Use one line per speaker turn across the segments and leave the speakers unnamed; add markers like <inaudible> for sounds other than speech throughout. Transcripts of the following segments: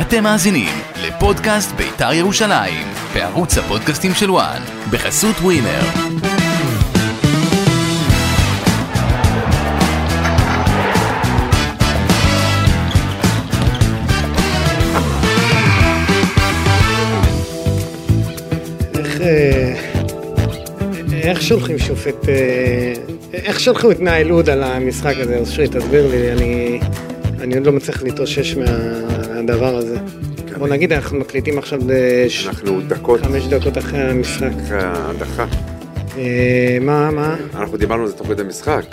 אתם מאזינים לפודקאסט בית"ר ירושלים, בערוץ הפודקאסטים של וואן, בחסות ווינר.
איך, אה, איך שולחים שופט, אה, איך שלחו את נאיל הוד על המשחק הזה? אושרי, תסביר לי, אני, אני עוד לא מצליח להתאושש מהדבר הזה. בוא נגיד, אנחנו מקליטים עכשיו בש-
אנחנו דקות
חמש דקות אחרי המשחק.
אחרי ההדחה.
אה, מה, מה?
אנחנו דיברנו על זה תוך כדי המשחק.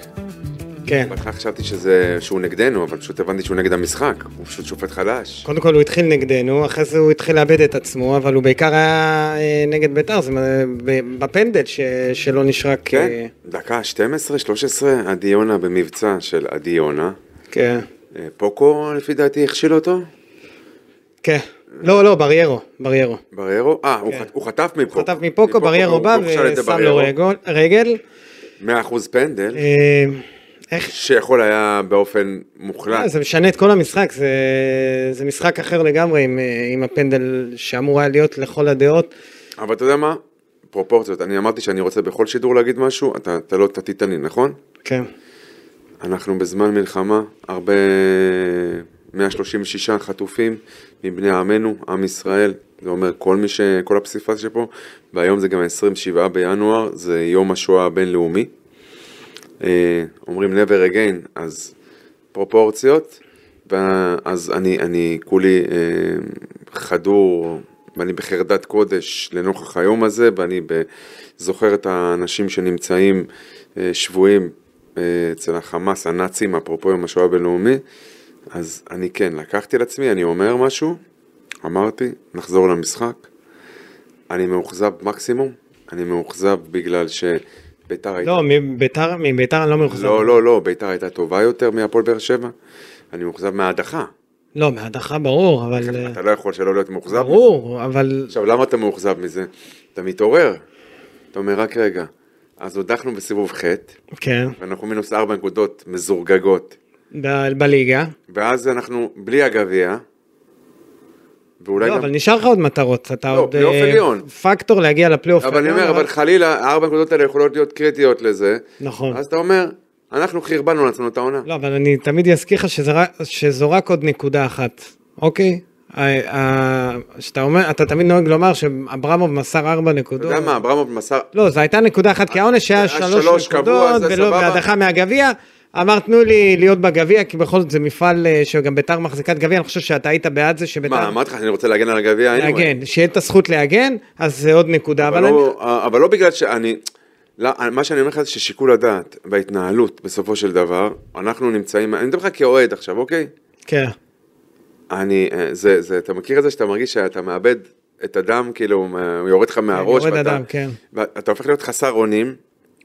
כן.
בהתחלה חשבתי שזה, שהוא נגדנו, אבל פשוט הבנתי שהוא נגד המשחק. הוא פשוט שופט חלש.
קודם כל הוא התחיל נגדנו, אחרי זה הוא התחיל לאבד את עצמו, אבל הוא בעיקר היה אה, נגד בית"ר, זה מה- ב- בפנדל ש- שלא נשרק.
כן,
אה,
דקה 12, 13, עדי יונה במבצע של עדי יונה.
כן.
אה, פוקו לפי דעתי הכשיל אותו.
כן. לא, לא, בריירו, בריירו.
בריירו, אה, הוא
כן.
חט- הוא חטף מפוקו. לא
חטף מפוקו, בריירו
והוא-
בא
והוא שאל את
ושם לו
בריירו.
רגול- רגל.
100% פנדל,
אה, איך,
שיכול היה באופן מוחלט.
אה, זה משנה את כל המשחק, זה, זה משחק אחר לגמרי עם, אה, עם הפנדל שאמור היה להיות לכל הדעות.
אבל אתה יודע מה? פרופורציות. אני אמרתי שאני רוצה בכל שידור להגיד משהו, אתה אתה לא תתית לי, נכון?
כן,
אנחנו בזמן מלחמה, הרבה 136 חטופים מבני עמנו, עם ישראל, זה אומר כל מי ש... כל הפסיפס שפה, והיום זה גם 27 בינואר, זה יום השואה הבינלאומי. אה, אומרים never again, אז פרופורציות, וה- אז אני, אני כולי אה, חדור, ואני בחרדת קודש לנוכח היום הזה, ואני ב- זוכר את האנשים שנמצאים אה, שבויים אה, אצל החמאס, הנאצים, אפרופו יום השואה הבינלאומי, אז אני כן, לקחתי על עצמי, אני אומר משהו, אמרתי, נחזור למשחק, אני מאוכזב מקסימום, אני מאוכזב בגלל שביתר הייתה...
לא, מביתר, מביתר אני לא מאוכזב.
לא, לא, לא, ביתר הייתה טובה יותר מהפועל באר שבע. אני מאוכזב מההדחה.
לא, מהדחה ברור, אבל... אה,
אתה לא יכול שלא להיות מאוכזב.
ברור, אבל...
עכשיו, למה אתה מאוכזב מזה? אתה מתעורר. אתה אומר, רק רגע. אז הודחנו בסיבוב ח',
כן,
ואנחנו מינוס ארבע נקודות מזורגגות.
ב- בליגה.
ואז אנחנו בלי הגביע, ואולי
לא,
גם...
אבל נשאר לך עוד מטרות, אתה
לא,
עוד...
פלייאוף
אה,
עליון.
פקטור להגיע לפלייאוף.
אבל אני
העליון,
אומר, אבל חלילה, הארבע נקודות האלה יכולות להיות קריטיות לזה.
נכון.
אז אתה אומר, אנחנו חרבנו לעצמנו את העונה.
לא, אבל אני תמיד אזכיר לך שזה רק- שזו רק עוד נקודה אחת, אוקיי? ה- ה- שאתה אומר, אתה תמיד נוהג לומר שאברמוב מסר ארבע
אתה
נקודות.
יודע מה, אברמוב מסר...
לא, זו הייתה נקודה אחת, כי העונש היה
היה שלוש
שלוש
קבוע,
נקודות,
זה
ולא
סבבה.
בהדחה מהגביע. אמרת, תנו לי להיות בגביע, כי בכל זאת זה מפעל אה, שגם ביתר מחזיקת גביע, אני חושב שאתה היית בעד זה
מה,
שביתר...
אמרתי לך שאני רוצה להגן על הגביע? anyway.
להגן, שיהיה את הזכות להגן, אז זה עוד נקודה,
אבל,
אבל אני...
לא, אבל לא בגלל שאני... לא, מה שאני אומר לך זה ששיקול הדעת וההתנהלות בסופו של דבר, אנחנו נמצאים, אני מדבר לך כאוהד עכשיו, אוקיי?
כן,
אני, אה, זה, זה, אתה מכיר את זה שאתה מרגיש שאתה מאבד את הדם, כאילו, מה- הוא יורד לך מהראש,
יורד
ואתה,
הדם, כן.
ואתה הופך להיות חסר אונים,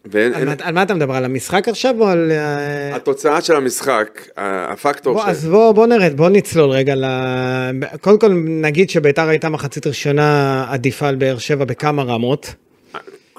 ואין,
על
אין,
מה- על מה אתה מדבר? על המשחק עכשיו או על... אה,
התוצאה של המשחק, ה- הפקטור,
בוא,
של-
אז בוא, בוא נרד, בוא נצלול רגע ל... קודם כל נגיד שביתר הייתה מחצית ראשונה עדיפה על באר שבע בכמה רמות.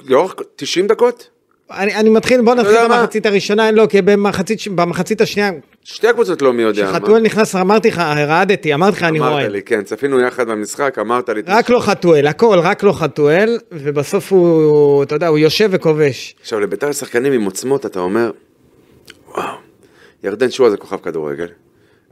לאורך 90 דקות,
אני, אני מתחיל, בוא נתחיל
יודע מה?
במחצית הראשונה, לא, כי במחצית, ש- במחצית השנייה,
שתי הקבוצות לא מי יודע מה,
כשחתואל נכנס, אמרתי לך, רעדתי, אמרתי לך, אני רואה.
אמרת לי, כן, צפינו יחד במשחק, אמרת לי,
רק לא חתואל, הכל, רק לא חתואל, ובסוף הוא, אתה יודע, הוא יושב וכובש.
עכשיו לביתר יש שחקנים עם עוצמות, אתה אומר, וואו, ירדן שועה זה כוכב כדורגל.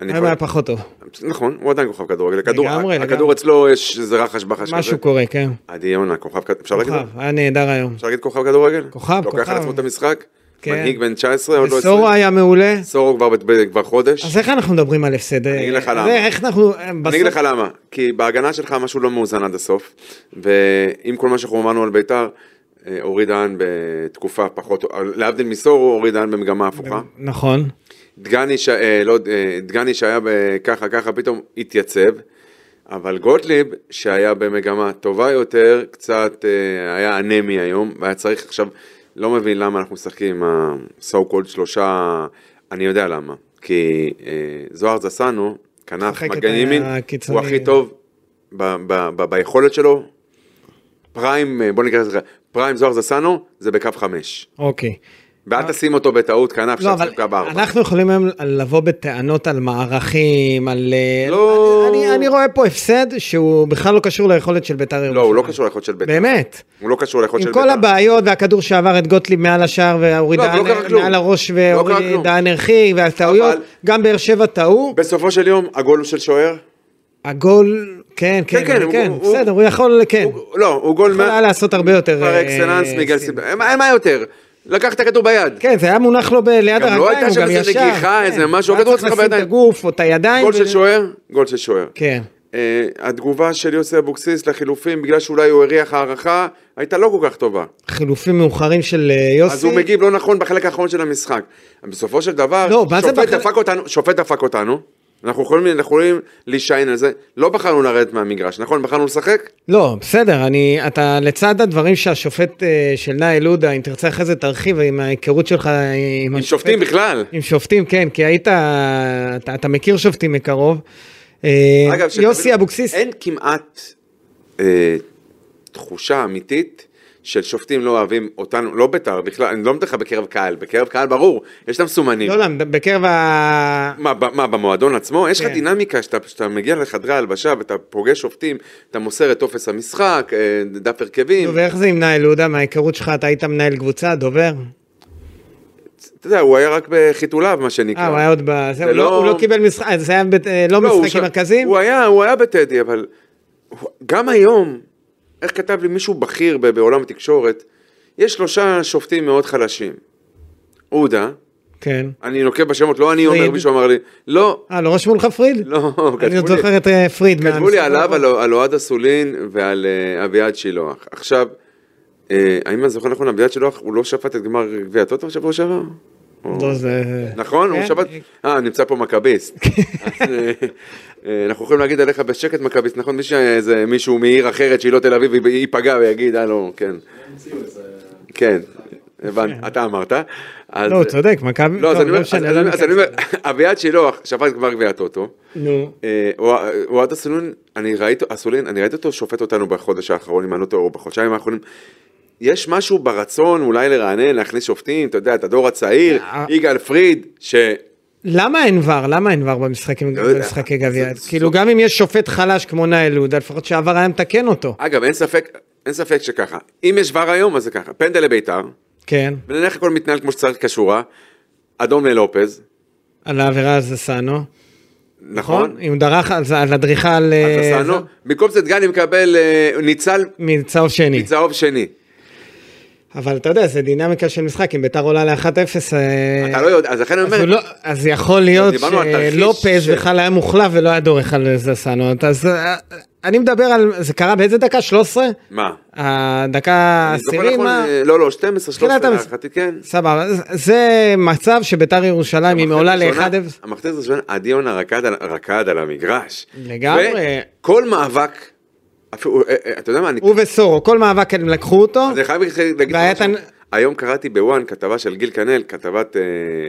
אני
היום היה פחות טוב,
נכון, הוא עדיין כוכב כדורגל. הכדור-
לגמרי,
הכדור
לגמרי.
אצלו יש איזה רחש בחש כזה. לא,
משהו קורה, כן.
עדי יונה, כוכב כדורגל. אפשר להגיד?
כוכב, היה נהדר היום.
אפשר להגיד כוכב כדורגל?
כוכב,
לוקח על
כוכב.
עצמו את המשחק?
כן.
מנהיג בן 19, עוד לא 20.
וסורו היה מעולה.
סורו כבר בת- ב- כבר חודש.
אז איך אנחנו מדברים על הפסד? אה,
אני אגיד לך למה.
זה איך אנחנו...
אני אגיד לך למה, כי בהגנה שלך משהו לא מאוזן עד הסוף, ועם כל מה שאנחנו אמרנו על ביתר, אה, אורי דהן בתקופה פחות, להבדיל מסורו, אורי דהן במגמה הפוכה.
נכון.
דגני, ש... אה, לא, אה, דגני שהיה ב- ככה ככה פתאום התייצב, אבל גוטליב שהיה במגמה טובה יותר, קצת אה, היה אנמי היום, והיה צריך עכשיו, לא מבין למה אנחנו משחקים עם ה-so called שלושה, אני יודע למה, כי אה, זוהר זסנו, כנף
משחק את
מגן ימין,
הקיצוני.
הוא הכי טוב ב- ב- ב- ביכולת שלו, פריים, אה, בוא נקרא לזה, פריים זוהר זסנו זה בקו חמש.
אוקיי.
ואל תשים אותו בטעות כנף
לא,
שאתה
אבל
משחק בארבע.
אנחנו יכולים היום לבוא בטענות על מערכים, על... אה,
לא.
אני, אני, אני רואה פה הפסד שהוא בכלל לא קשור ליכולת של בית"ר ירושלים.
לא, הוא לא קשור ליכולת של בית"ר.
באמת.
הוא לא קשור ליכולת של
עם
בית"ר.
כל הבעיות והכדור שעבר את גוטליב מעל השער ואורי
לא, אבל לא
דהן
קרה כלום.
מעל הראש
לא קרה
ואורי
כלום.
דהן הרחיק והטעויות,
אבל-
גם באר שבע טעו,
בסופו של יום, הגול הוא של שוער.
הגול, כן,
כן, כן,
כן,
הוא-
כן,
הוא-
בסדר, הוא יכול, כן,
הוא- לא, הוא גול...
יכול
מה-
היה לעשות הרבה יותר,
פר
אה,
אקסלנס מגל
סיב.
סיבן. אין מה יותר. לקח את הכדור ביד.
כן, זה היה מונח לו ב- ליד
גם לא
הרגליים,
הייתה
הוא
שם
גם
איזה
ישר,
נגיחה,
כן.
איזה משהו,
הוא היה
הכדור
צריך
אצלך
לשים את
בידיים.
הגוף או את הידיים,
גול
ו-
של שוער, גול של שוער.
כן,
אה, התגובה של יוסי אבוקסיס לחילופים, בגלל שאולי הוא הריח הערכה, הייתה לא כל כך טובה.
חילופים מאוחרים של אה, יוסי,
אז הוא מגיב לא נכון בחלק האחרון של המשחק. בסופו של דבר,
לא, מה זה
שופט
בחלק-
דפק אותנו, שופט דפק אותנו, אנחנו יכולים, אנחנו יכולים להישען על זה, לא בחרנו לרדת מהמגרש, נכון? בחרנו לשחק?
לא, בסדר, אני, אתה לצד הדברים שהשופט אה, של נאי לודה, אם תרצה אחרי זה תרחיב עם ההיכרות שלך אה, עם
עם
השופט.
שופטים בכלל.
עם שופטים, כן, כי היית, אתה, אתה מכיר שופטים מקרוב. אה,
אגב, שתבינו,
יוסי אבוקסיס,
אין כמעט אה, תחושה אמיתית. של שופטים לא אוהבים אותנו, לא בית"ר, בכלל, אני לא מתאר בקרב קהל, בקרב קהל ברור, יש להם סומנים.
לא, לא, בקרב ה...
מה, ב- מה, במועדון עצמו? יש לך
כן.
דינמיקה שאתה שאתה מגיע לחדרי ההלבשה ואתה פוגש שופטים, אתה מוסר את טופס המשחק, אה, דף הרכבים.
נו, ואיך זה עם נאי לודה, מההיכרות שלך, אתה היית מנהל קבוצה, דובר?
אתה יודע, הוא היה רק בחיתוליו, מה שנקרא.
אה, הוא היה עוד ב... זה,
זה
הוא, לא...
לא-
הוא לא קיבל משחק, זה היה בת... אה, לא,
לא, הוא
משחקים
שם-
מרכזיים?
הוא היה, הוא היה בטדי, אבל הוא- גם היום, איך כתב לי מישהו בכיר ב- בעולם התקשורת, יש שלושה שופטים מאוד חלשים. עודה,
כן.
אני נוקב בשמות, לא אני אומר,
פריד.
מישהו אמר לי, לא,
אה, לא רשמו לך פריד?
לא,
אני
<laughs>
עוד
כתבו לי.
זוכר את אה, פריד.
כתבו לי
מהמשחק
עליו,
האחרון.
על- על אוהד אסולין ועל אה, אביעד שילוח. עכשיו, אה, האם אני זוכר נכון, אביעד שילוח, הוא לא שפט את גמר גביע הטוטו בשבוע שעבר? או-
לא, זה...
נכון? הוא
כן,
שבת... אה, נמצא פה
<laughs>
מכביסט. אז, אה, אה, אנחנו יכולים להגיד עליך בשקט מכביסט, נכון? מי שאיזה מישהו מעיר אחרת שהיא לא תל אביב ייפגע ויגיד, אה לא, כן. כן, הבנתי, אתה אמרת. אז-
כן. לא, הוא צודק, מכבי...
לא, אז
טוב,
אני אומר, אז
משנה,
אני אומר-
ניכנס.
אז אני אומר, <laughs> אביעד שילוח שפט גמר גביע הטוטו.
נו.
אה, אוה- אוהד אסולין, אני ראיתי, אסולין, אני ראיתי אותו שופט אותנו בחודש האחרון, אם אני לא טועה, או בחודשיים האחרונים. יש משהו ברצון אולי לרענן, להכניס שופטים, אתה יודע, את הדור הצעיר,
אה.
יגאל פריד, ש...
למה אין ור? למה אין ור במשחקים-
לא יודע.
במשחקי גביע?
זה-
כאילו,
זה-
גם אם יש שופט חלש כמו נאי לודה, לפחות שעבר היה מתקן אותו.
אגב, אין ספק, אין ספק שככה. אם יש ור היום, אז זה ככה. פנדל לביתר,
כן,
ונניח הכל מתנהל כמו שצריך כשורה, אדום ללופז,
על העבירה על זסנו.
נכון?
אם הוא דרך על זה- על הדריכה על...
אז
אה,
עשנו,
זה-
במקום זה דגני מקבל אה, ניצל
מצהוב שני.
מצהוב שני.
אבל אתה יודע, זה דינמיקה של משחק, אם ביתר עולה ל-1-0... אה,
אתה לא יודע, אז לכן אני
אז הוא
אומר,
לא- אז יכול להיות
דיברנו על תרחיש
שלופז
ש-
בכלל היה מוחלף ולא היה דורך על זסנו. אז אה, אני מדבר על... זה קרה באיזה דקה? 13?
מה?
הדקה
אני זוכר
העשירית?
נכון,
מה?
אה, לא, לא, 12,
תחילת
13,
המשחק.
להערכתי, כן.
סבבה, אז זה מצב שביתר ירושלים, אם היא עולה
הראשונה-
לאחד... אפס-
המחצית הראשונה, עדי יונה רקד על- רקד על המגרש.
לגמרי.
וכל מאבק, אפילו, אה, אה, אתה יודע מה, אני...
הוא וסורו, כל מאבק הם לקחו אותו.
אז אני חייב להגיד לך
והיה
משהו.
את הנ-
היום קראתי בוואן כתבה של גיל כנל, כתבת אה,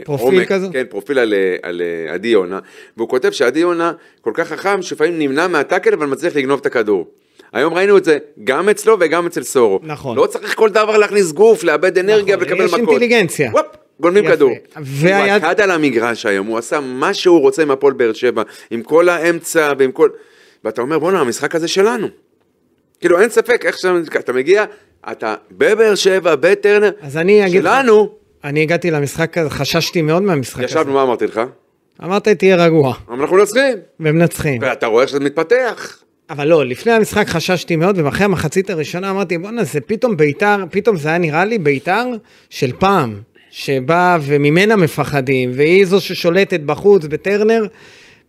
פרופיל כזה?
כן, פרופיל על, אה, על אה, עדי יונה, והוא כותב שעדי יונה כל כך חכם שלפעמים נמנע מהטאקל אבל מצליח לגנוב את הכדור. היום ראינו את זה גם אצלו וגם אצל סורו.
נכון.
לא צריך כל דבר להכניס גוף, לאבד אנרגיה
נכון,
ולקבל
יש
מכות.
אינטליגנציה.
וופ, גונבים
יפה.
כדור.
והיה-
הוא רקד על המגרש היום, הוא עשה מה שהוא רוצה עם הפועל באר שבע, עם כל האמצע ועם כל... ואתה אומר, בואנה, המשחק הזה שלנו. כאילו, אין ספק, איך שאתה מגיע, אתה בבאר שבע, בטרנר,
אז אני אגיד לך-
שלנו,
אני הגעתי למשחק הזה, חששתי מאוד מהמשחק הזה.
ישבנו, מה אמרתי לך?
אמרת תהיה רגוע,
אבל אנחנו מנצחים,
ומנצחים.
ואתה רואה שזה מתפתח.
אבל לא, לפני המשחק חששתי מאוד, ואחרי המחצית הראשונה אמרתי, בואנה, זה פתאום ביתר, פתאום זה היה נראה לי ביתר של פעם, שבאה וממנה מפחדים, והיא זו ששולטת בחוץ, בטרנר.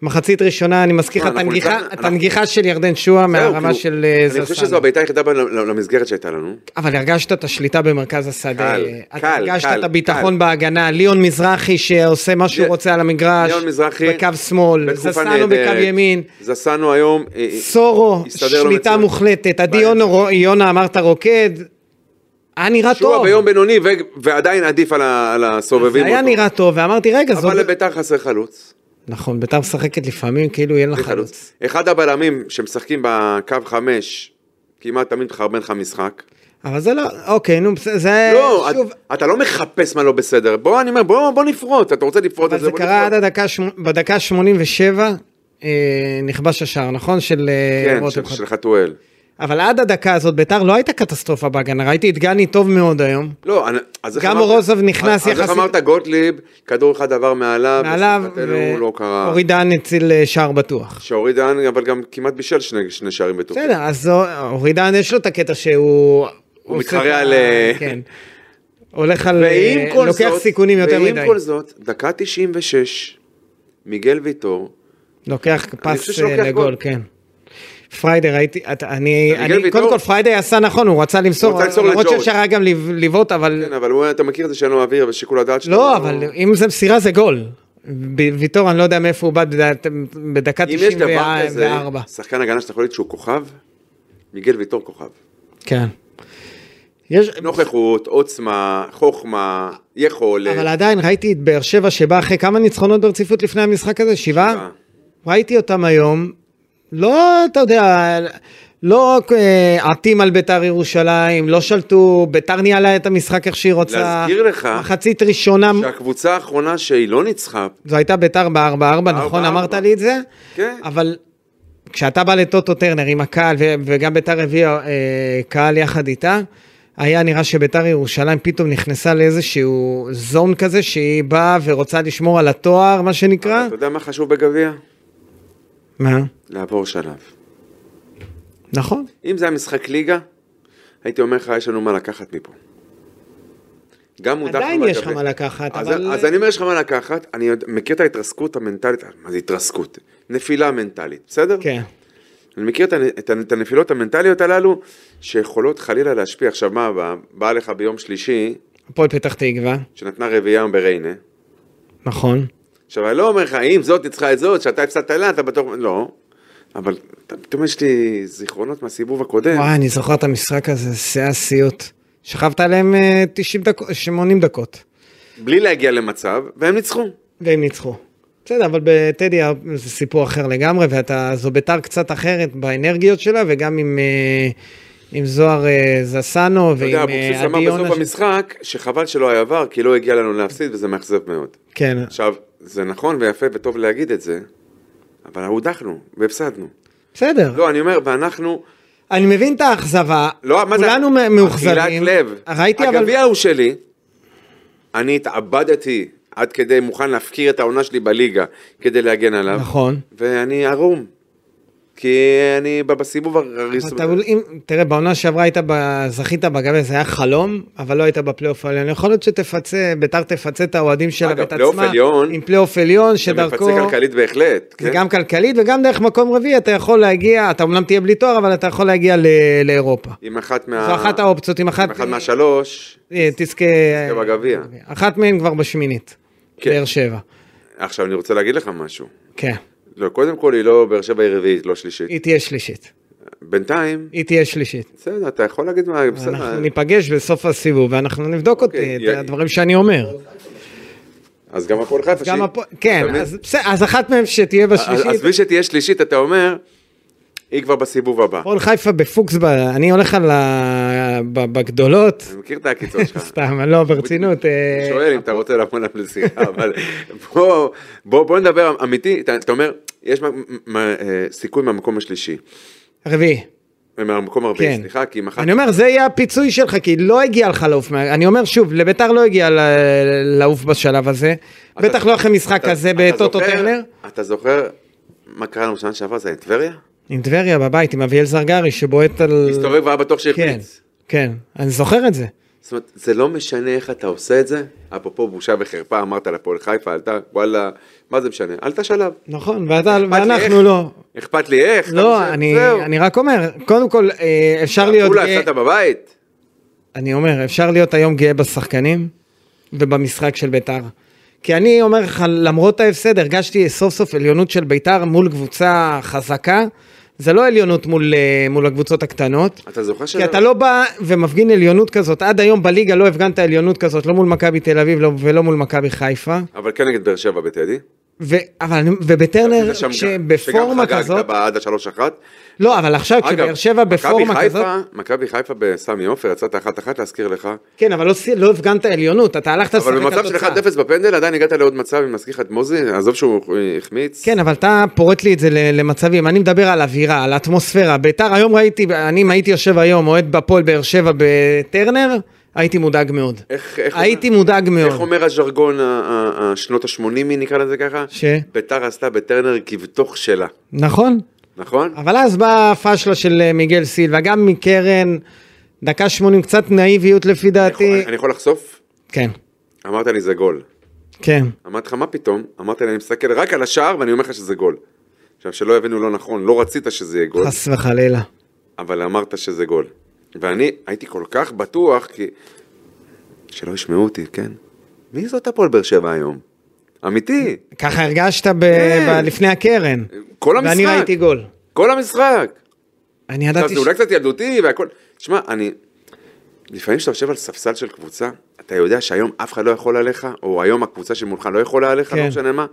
מחצית ראשונה, אני מזכיר לך
מה,
את
לא, אנחנו
הנגיחה-
ניצחנו-
את
אנחנו-
הנגיחה של ירדן שועה
זהו,
מהרמה
כאילו,
של אה,
אני חושב שזו
זסנו.
הבעיטה היחידה ב- למסגרת שהייתה לנו.
אבל הרגשת את השליטה במרכז השדה, אה,
קל,
אתה
קל,
הרגשת
קל,
את הביטחון בהגנה, ליאון מזרחי שעושה מה שהוא
ל-
רוצה על המגרש,
ליאון מזרחי,
בקו שמאל,
בתקופה
זסנו
נהדרת.
בקו ימין,
זסנו היום, אה, אה,
סורו,
הסתדר לו
שליטה
מצוין.
מוחלטת, עדי
באמצע.
יונה רו- יונה אמרת רוקד, היה נראה
שועה
טוב,
ביום בינוני ו- ועדיין עדיף על ה- על הסובבים
היה
אותו.
נראה טוב, ואמרתי רגע, זו-
אבל לביתר חסר חלוץ.
נכון, ביתר משחקת לפעמים כאילו אין לה חלוץ,
אחד הבלמים שמשחקים בקו חמש, כמעט תמיד מחרבן לך משחק.
אבל זה לא, אוקיי, נו, בסדר, זה
לא,
אה, שוב,
את- אתה לא מחפש מה לא בסדר. בוא, אני אומר, בוא בוא נפרוט. אתה רוצה לפרוט
אבל
את
זה
זה? בוא
קרה עד
נפרוט.
הדקה, שמ- בדקה 87 אה, נכבש השער, נכון? של אה,
כן,
רותם
של-
חתואל.
של חתואל.
אבל עד הדקה הזאת ביתר לא הייתה קטסטרופה בהגנה, ראיתי את גני טוב מאוד היום.
לא, אני- אז איך
גם
אמרת-
אורוזוב נכנס
אז- אז איך
יחסית-
אמרת גוטליב, כדור אחד עבר מעליו,
מעליו,
לשמחתנו
ו-
לא קרה.
אורי דהן הציל אה, שער בטוח.
שאורי דהן אבל גם כמעט בישל שני שני שערים בטוחים.
בסדר, אז אה, אורי דהן יש לו את הקטע שהוא... הוא
מתחרה
עושה את ה-
על, אה,
כן. הולך על...
ועם
אה,
כל זאת,
לוקח סיכונים יותר
ועם
מדי.
כל זאת, דקה 96, מיגל ויטור,
לוקח
חושב
פס
שלוקח
אה, לגול,
גול.
כן. פריידי ראיתי, את- אני,
מיגל
אני,
ויטור?
קודם כל פריידי עשה נכון, הוא רצה
הוא
למסור,
רצה למסור
למרות
לג'ורג'.
שאפשר היה גם לב- לבעוט, אבל,
כן, אבל הוא, אתה מכיר את זה שאין לו אוויר ושיקול הדעת שלו.
לא, אבל אם זה מסירה זה גול. ב- ויטור, אני לא יודע מאיפה הוא בא בד- בדקה
אם יש דבר כזה,
94.
שחקן הגנה שאתה יכול להגיד שהוא כוכב, מיגל ויטור כוכב.
כן. יש,
נוכחות, עוצמה, חוכמה, יכולת. אה,
אבל עדיין ראיתי את באר שבע שבאה אחרי כמה ניצחונות ברציפות לפני המשחק הזה? שבעה?
שבעה.
ראיתי אותם היום, לא, אתה יודע, לא אה, עטים על ביתר ירושלים, לא שלטו, ביתר ניהלה את המשחק איך שהיא רוצה.
להזכיר לך
מחצית ראשונה,
שהקבוצה האחרונה שהיא לא ניצחה,
זו הייתה ביתר ב-4-4, נכון?
בארבע-ארבע.
אמרת לי את זה?
כן.
אבל כשאתה בא לטוטו טרנר עם הקהל, ו- וגם ביתר הביאה אה, קהל יחד איתה, היה נראה שביתר ירושלים פתאום נכנסה לאיזשהו זון כזה, שהיא באה ורוצה לשמור על התואר, מה שנקרא.
אה, אתה יודע מה חשוב בגביע?
מה?
לעבור שלב.
נכון.
אם זה היה משחק ליגה, הייתי אומר לך, יש לנו מה לקחת מפה. גם הודחנו
עדיין יש לך
לגבי-
מה לקחת,
אז,
אבל-
אז אני אומר, יש לך מה לקחת, אני יודע- מכיר את ההתרסקות המנטלית, מה זה התרסקות? נפילה מנטלית, בסדר?
כן.
אני מכיר את, הנ- את, הנ- את הנפילות המנטליות הללו, שיכולות חלילה להשפיע. עכשיו מה, בא, בא לך ביום שלישי,
הפועל פתח תקווה,
שנתנה רביעייה בריינה,
נכון.
עכשיו אני לא אומר לך, אם זאת ניצחה את זאת, שאתה הפסדת לה, אתה בטוח, לא. אבל אתה- פתאום יש לי זיכרונות מהסיבוב הקודם.
וואי, אני זוכר את המשחק הזה, זה היה סיוט. שכבת עליהם אה, 90 דקות, 80 דקות,
בלי להגיע למצב, והם ניצחו.
והם ניצחו. בסדר, אבל בטדי זה סיפור אחר לגמרי, ואתה, זו ביתר קצת אחרת באנרגיות שלה, וגם עם, אה, עם זוהר אה, זסנו
אתה
ועם
יודע, אבוקסיס
אה,
אמר
עדי יונה.
בסוף
ש-
המשחק, שחבל שלא היה עבר, כי לא הגיע לנו להפסיד, וזה מאכזב מאוד.
כן,
עכשיו, זה נכון ויפה וטוב להגיד את זה, אבל הודחנו, והפסדנו.
בסדר.
לא, אני אומר, ואנחנו...
אני מבין את האכזבה,
לא, מה זה?
כולנו מ- מאוכזבים.
אכילת לב.
ראיתי אבל...
הגביע הוא שלי, אני התאבדתי עד כדי מוכן להפקיר את העונה שלי בליגה כדי להגן עליו.
נכון.
ואני ערום. כי אני ב- בסיבוב הראשון.
אתה, אבל אם, תראה, בעונה שעברה היית, ב- זכית בגביע, זה היה חלום, אבל לא היית בפלייאוף העליון. יכול להיות שתפצה, ביתר תפצה את האוהדים שלה
אגב,
ואת
פלייאוף
עצמה,
עליון,
עם פלייאוף עליון,
זה
שדרכו,
מפצה כלכלית בהחלט.
זה
כן?
גם כלכלית וגם דרך מקום רביעי, אתה יכול להגיע, אתה אמנם תהיה בלי תואר, אבל אתה יכול להגיע ל, לאירופה.
עם אחת מה...
זו אחת האופציות, אם
עם
אחת,
אחת מהשלוש.
אה, תזכה,
תזכה בגביע.
אחת מהן כבר בשמינית,
כן.
באר שבע,
עכשיו אני רוצה להגיד לך משהו.
כן,
לא, קודם כל היא לא באר שבע היא רביעית, לא שלישית.
היא תהיה שלישית,
בינתיים,
היא תהיה שלישית.
בסדר, אתה יכול להגיד מה,
אנחנו
בסדר.
ניפגש בסוף הסיבוב ואנחנו נבדוק
אוקיי,
אותי, את
יא-
הדברים שאני אומר.
אז גם הפועל חיפה.
גם
שהיא-
הפועל, כן,
אתה מבין? אה,
אז בסדר, אז אחת מהן שתהיה
אז
בשלישית,
אז מי שתהיה שלישית, אתה אומר, היא כבר בסיבוב הבא.
הפועל חיפה בפוקס, ב- אני הולך על ה... ב- בגדולות,
אני מכיר את העקיצות שלך.
<laughs> סתם, לא, ברצינות, אה,
אני שואל אם אתה רוצה לבוא אליו לשיחה, אבל בוא, בוא, בוא נדבר אמיתי, אתה, אתה אומר, יש מה, מה, אה, סיכוי מהמקום השלישי, אה,
רביעי,
מהמקום הרביעי,
כן.
אוקיי, סליחה, כי אם אחת,
אני אומר, זה יהיה הפיצוי שלך, כי לא הגיע לך לעוף, מה- אני אומר שוב, לביתר לא הגיע ל- לעוף בשלב הזה,
אתה-
בטח לא אחרי משחק
אתה-
כזה
אתה
בטוטו
זוכר-
טרנר,
אתה זוכר מה קרה לנו בשנה שעברה, זה היה טבריה?
עם טבריה בבית, עם אביאל זרגרי שבועט על...
הסתובב והיה בטוח
כן,
שהחמיץ.
כן, אני זוכר את זה.
זאת אומרת, זה לא משנה איך אתה עושה את זה, אפרופו בושה וחרפה, אמרת לפועל חיפה, עלתה, וואלה, מה זה משנה? עלתה שלב.
נכון, ואתה-
אכפת לי
ואנחנו
איך?
לא.
אכפת לי איך, אתה
לא,
חושב,
אני,
זהו. לא
אני רק אומר, קודם כל, אה, אפשר להיות
כולה,
גאה,
יצאת בבית.
אני אומר, אפשר להיות היום גאה בשחקנים ובמשחק של ביתר. כי אני אומר לך, למרות ההפסד, הרגשתי סוף סוף עליונות של ביתר מול קבוצה חזקה. זה לא עליונות מול, אה, מול הקבוצות הקטנות.
אתה זוכר
כי אתה לא בא ומפגין עליונות כזאת, עד היום בליגה לא הפגנת עליונות כזאת, לא מול מכבי תל אביב לא, ולא מול מכבי חיפה.
אבל כן נגד באר שבע בטדי.
ו- אבל אני- ובטרנר,
שם גם-
כשבפורמה
שגם
כזאת,
חגגת בה עד השלוש אחת.
לא, אבל עכשיו
אגב,
כשבאר שבע
מכבי
בפורמה
חיפה-
כזאת,
מכבי חיפה בסמי עופר יצאת אחת אחת להזכיר לך.
כן, אבל לא סי- לא הפגנת עליונות, אתה הלכת לשחק
אבל
על תוצאה.
במצב של 1-0 בפנדל עדיין הגעת לעוד מצב עם מזכיר לך את מוזי, עזוב שהוא אה, החמיץ.
כן, אבל אתה פורט לי את זה ל- למצבים. אני מדבר על אווירה, על אטמוספירה. ביתר, היום ראיתי, אני, אם הייתי יושב היום, אוהד בפועל באר שבע בטרנר, הייתי מודאג מאוד.
איך- איך
הייתי
אומר-
מודאג
איך
מאוד.
אומר הז'רגון ה- ה- ה- שנות ה-80 נקרא לזה ככה?
ש?
ביתר עשתה בטרנר כבתוך שלה,
נכון.
נכון?
אבל אז באה הפאשלה של אה, מיגל סילבה, גם מקרן, דקה 80, קצת נאיביות לפי
אני יכול-
דעתי.
אני יכול לחשוף?
כן,
אמרת לי זה גול.
כן.
אמרתי לך מה פתאום? אמרת לי אני מסתכל רק על השער ואני אומר לך שזה גול. עכשיו שלא יבינו לא נכון, לא רצית שזה יהיה גול,
חס וחלילה.
אבל אמרת שזה גול. ואני הייתי כל כך בטוח, כי... שלא ישמעו אותי, כן? מי זאת הפועל באר שבע היום? אמיתי,
ככה הרגשת ב-
כן.
ב- לפני הקרן.
כל המשחק.
ואני ראיתי גול.
כל המשחק.
אני
עכשיו
ידעתי
זה
ש...
אולי קצת ילדותי והכל. שמע, אני... לפעמים כשאתה יושב על ספסל של קבוצה, אתה יודע שהיום אף אחד לא יכול עליך, או היום הקבוצה שמולך לא יכולה עליך,
כן.
לא משנה מה.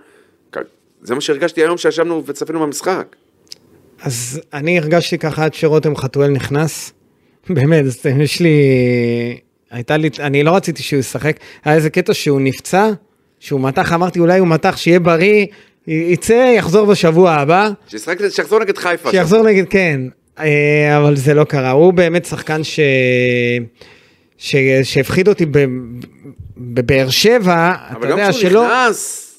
כ- זה מה שהרגשתי היום שישבנו וצפינו במשחק.
אז אני הרגשתי ככה עד שרותם חתואל נכנס. באמת, אז יש לי... הייתה לי... אני לא רציתי שהוא ישחק. היה איזה קטע שהוא נפצע, שהוא מתח, אמרתי אולי הוא מתח, שיהיה בריא, י- יצא, יחזור בשבוע הבא,
שישחק, שיחזור נגד חיפה.
שיחזור נגיד כן. אה, אבל זה לא קרה. הוא באמת שחקן ש... ש... שהפחיד אותי ב... בבאר שבע, אתה
אבל גם
יודע
כשהוא
שלא...
נכנס,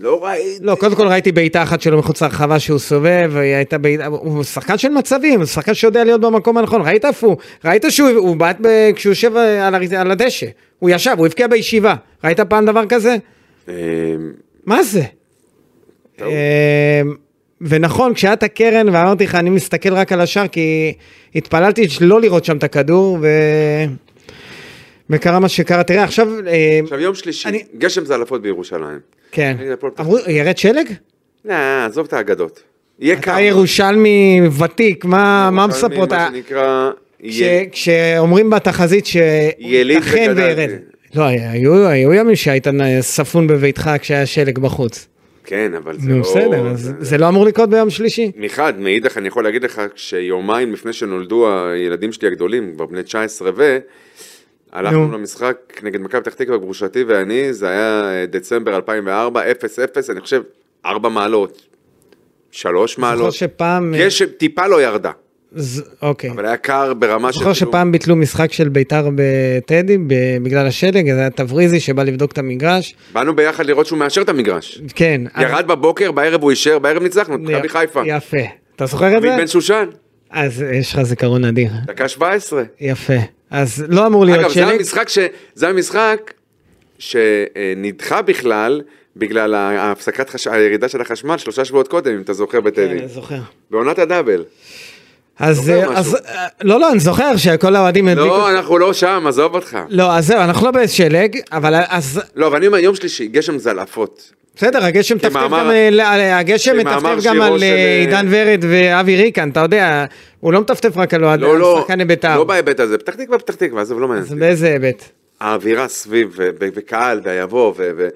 לא ראיתי.
לא, קודם כל ראיתי בעיטה אחת שלו מחוץ לרחבה שהוא סובב, היא הייתה בעיטה, הוא שחקן של מצבים, הוא שחקן שיודע להיות במקום הנכון, ראית איפה הוא, ראית שהוא הוא בעט ב- כשהוא יושב על, הר- על הדשא, הוא ישב, הוא הבקיע בישיבה, ראית פעם דבר כזה?
אמ,
מה זה?
טעות.
אמ, ונכון, כשהיה את הקרן ואמרתי לך, אני מסתכל רק על השאר, כי התפללתי לא לראות שם את הכדור, ו... וקרה מה שקרה, תראה עכשיו, אמ,
עכשיו יום שלישי,
אני-
גשם זלעפות בירושלים.
כן,
אני הפועל פתח
אמרו, ירד שלג?
לא, עזוב את האגדות. יהיה
אתה
קר.
ירושלמי ותיק, מה מה מספרות?
מה שנקרא,
כש-
יהיה.
כשאומרים בתחזית
יליד
שייתכן
וגדלתי.
וירד. לא, היו היו ימים שהיית נ- ספון בביתך כשהיה שלג בחוץ.
כן, אבל זה
נו,
לא...
בסדר, אז זה לא אמור לקרות ביום שלישי?
מחד, מאידך אני יכול להגיד לך שיומיים לפני שנולדו הילדים שלי הגדולים, כבר בני 19 ו... הלכנו
נו.
למשחק נגד מכבי פתח תקווה, גרושתי ואני, זה היה אה, דצמבר 2004, 0-0, אני חושב 4 מעלות, 3
זוכר
מעלות,
שפעם... אה,
גשם טיפה לא ירדה,
ז- אוקיי.
אבל היה קר ברמה של...
זוכר
כאילו-
שפעם ביטלו משחק של ביתר בטדי ב- בגלל השלג, אז היה תבריזי שבא לבדוק את המגרש.
באנו ביחד לראות שהוא מאשר את המגרש.
כן.
ירד בבוקר, בערב הוא אישר, בערב ניצחנו, את
אז-
מכבי חיפה.
יפה. אתה זוכר את
עמית בן
זה?
שושן,
אז יש לך זיכרון אדיר.
דקה 17.
יפה. אז לא אמור להיות
אגב, זה
שלג.
המשחק, ש... זה המשחק שנדחה בכלל, בגלל ההפסקת חש... הירידה של החשמל שלושה שבועות קודם, אם אתה אה, זוכר
כן,
בטדי.
אני זוכר.
בעונת הדאבל.
אז,
זוכר
אה, אז אה, לא לא אני זוכר שכל האוהדים
לא, אנחנו לא שם, עזוב אותך.
לא אז זהו אנחנו לא בשלג אבל אז
לא, אבל אני אומר, יום שלישי, גשם זלעפות.
בסדר הגשם טפטף
כמאמר-
גם על- על- הגשם
כמאמר
מטפטף גם
שירו
על
של,
אה,
אה,
עידן ורד ואבי ריקן אתה יודע הוא לא מטפטף רק על אוהדים,
לא,
על
לא,
שחקני בית"ר.
לא בהיבט הזה. פתח תקווה, פתח תקווה, עזוב, לא מעניין.
אז
אותי.
באיזה היבט?
האווירה סביב, ו- ו- וקהל, ויבוא, ו- ו-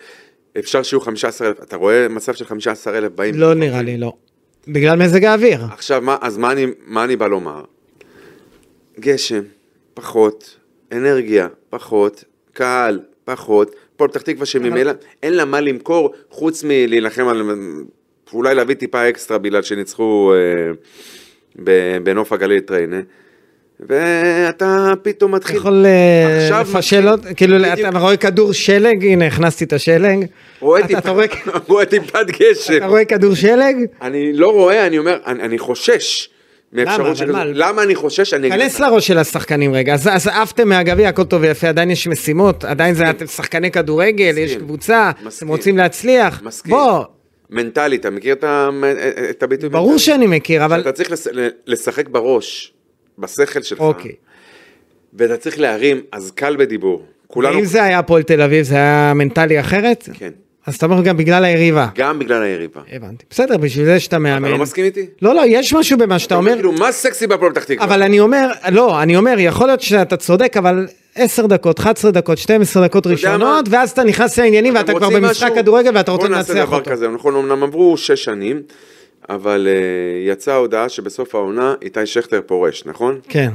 אפשר שיהיו 15,000, אתה רואה מצב של 15,000 באים?
לא נראה לי לא. בגלל מזג האוויר.
עכשיו, מה, אז מה אני, מה אני בא לומר? גשם, פחות, אנרגיה, פחות, קהל, פחות, הפועל פתח תקווה שממילא אין לה מה למכור חוץ מלהילחם על... אולי להביא טיפה אקסטרה בגלל שניצחו אה, ב- בנוף הגליל את ריינה. ואתה פתאום
אתה
מתחיל...
יכול אה,
עכשיו
לפשל
מתחיל-
עוד כאילו
בדיוק.
אתה רואה כדור שלג הנה הכנסתי את השלג.
רואה
אתה- אתה
טיפה-
רואה-
<laughs> רואה טיפת גשם.
אתה רואה כדור שלג?
אני לא רואה, אני אומר, אני אני חושש. מאפשרות
אבל
שכזו.
מה?
למה אני חושש? אני אגיד לך.
כנס לראש של השחקנים רגע, אז, אז עפתם מהגביע, הכל טוב ויפה, עדיין יש משימות, עדיין זה אתם שחקני כדורגל, יש
מסכים.
קבוצה, אתם
מסכים.
רוצים להצליח,
מסכים.
בוא,
מנטלית, אתה מכיר את ה- את הביטוי?
ברור
מנטלי?
שאני מכיר, אבל
אתה צריך לס- ל- לשחק בראש, בשכל שלך,
אוקיי,
ואתה צריך להרים, אז קל בדיבור. כולנו,
אם זה היה הפועל תל אביב זה היה מנטלי אחרת?
כן,
אז אתה אומר גם בגלל היריבה,
גם בגלל היריבה.
הבנתי, בסדר, בשביל זה שאתה מאמן,
אתה לא מסכים איתי?
לא לא, יש משהו במה שאתה אומר,
כאילו, מה סקסי בהפועל פתח תקווה?
אבל אני אומר, לא, אני אומר, יכול להיות שאתה צודק, אבל 10 דקות, 11 דקות, 12 דקות
אתה יודע
ראשונות, ואז אתה נכנס לעניינים ואתה
אתם
כבר
רוצים
במשחק
משהו?
כדורגל ואתה רוצה לנצח אותו.
בוא נעשה דבר כזה, נכון, אמנם עברו שש שנים, אבל אה, יצאה ההודעה שבסוף העונה איתי שכטר פורש, נכון?
כן.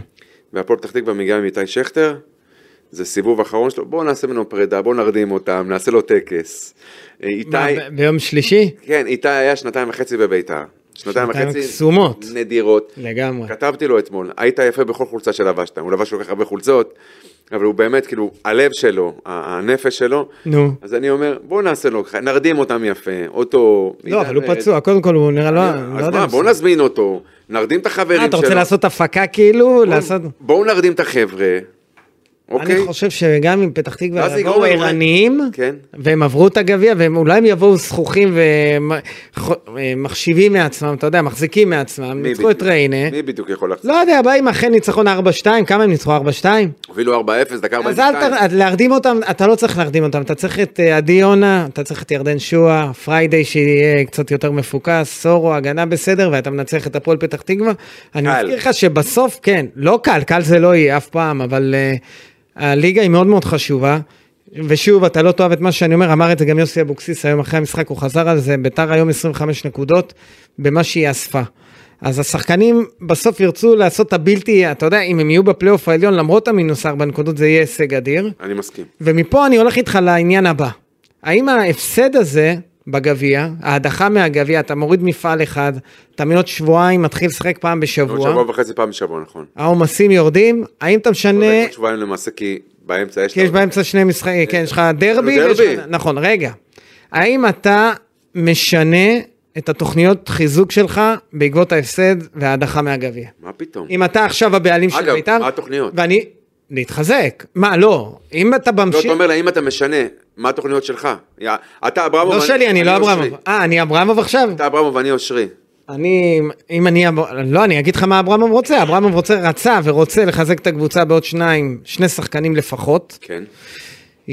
והפועל פתח תקווה מגיעה עם איתי שכטר, זה סיבוב אחרון שלו, בואו נעשה ממנו פרידה, בואו נרדים אותם, נעשה לו טקס. אה, איתי,
מה, ב- ביום שלישי?
כן, איתי היה שנתיים וחצי בביתר. שנתיים
שנתיים
וחצי
קסומות.
נדירות.
לגמרי.
כתבתי לו אתמול, היית יפה בכל חולצה שלבשת, הוא לבש כל כך הרבה חולצות, אבל הוא באמת, כאילו, הלב שלו, ה- הנפש שלו,
נו.
אז אני אומר, בואו נעשה לו, ככה, נרדים אותם יפה, אותו...
לא, אבל הוא
אה,
פצוע, קודם כל הוא נראה לא... לא
אז
יודע
מה,
אם
בואו
זה-
נזמין אותו, נרדים את החברים שלו.
אה, אתה רוצה לעשות הפקה כאילו? לעשות...
בואו נרדים את החבר'ה, אוקיי?
אני חושב שגם אם פתח
ואז
תקווה
יגרום
יבואו
לנו-
ערניים,
כן.
והם עברו את הגביע, והם אולי הם יבואו זכוכים ומחשיבים מעצמם, אתה יודע, מחזיקים מעצמם,
מי
ניצחו את
בדיוק-
ריינה.
מי בדיוק יכול לחזור?
לא יודע, בא עם אחרי ניצחון 4-2, כמה הם ניצחו 4-2?
אפילו 4-0, דקה
אז אל
42.
ת... להרדים אותם, אתה לא צריך להרדים אותם, אתה צריך את אה, עדי יונה, אתה צריך את ירדן שואה, פריידי שיהיה קצת יותר מפוקס, סורו, הגנה בסדר, ואתה מנצח את הפועל פתח תקווה. אני
קל.
מזכיר לך שבסוף, כן, לא קל, קל זה לא יהיה אף פעם, אבל אה, הליגה היא מאוד מאוד חשובה. ושוב, אתה לא תאהב את מה שאני אומר, אמר את זה גם יוסי אבוקסיס היום אחרי המשחק, הוא חזר על זה, ביתר היום 25 נקודות במה שהיא אספה. אז השחקנים בסוף ירצו לעשות את הבלתי, אתה יודע, אם הם יהיו בפלייאוף העליון, למרות המינוס 4 נקודות, זה יהיה הישג אדיר.
אני מסכים.
ומפה אני הולך איתך לעניין הבא. האם ההפסד הזה בגביע, ההדחה מהגביע, אתה מוריד מפעל אחד, אתה מעוד שבועיים מתחיל לשחק פעם
עוד
בשבוע,
לא, שבוע וחצי פעם בשבוע, נכון.
העומסים יורדים, האם אתה משנה,
עוד שבועיים למעשה, כי באמצע יש...
כי יש באמצע שני משחקים, כן, יש לך דרבי,
דרבי.
ויש לך- נכון, רגע. האם אתה משנה את התוכניות חיזוק שלך בעקבות ההפסד וההדחה מהגביע?
מה פתאום?
אם אתה עכשיו הבעלים של
אגב,
בית"ר,
מה התוכניות?
ואני, להתחזק, מה, לא, אם אתה
לא,
ממשיך...
אתה אומר לה, אם אתה משנה, מה התוכניות שלך? יא, אתה אברמוב...
לא שלי, אני לא
אושרי.
אברמוב. אה, אני אברמוב עכשיו?
אתה אברמוב ואני אושרי.
אני, אם אני, אב- לא, אני אגיד לך מה אברמוב רוצה. אברמוב רוצה, רצה ורוצה לחזק את הקבוצה בעוד שניים, שני שחקנים לפחות.
כן.
אוקיי.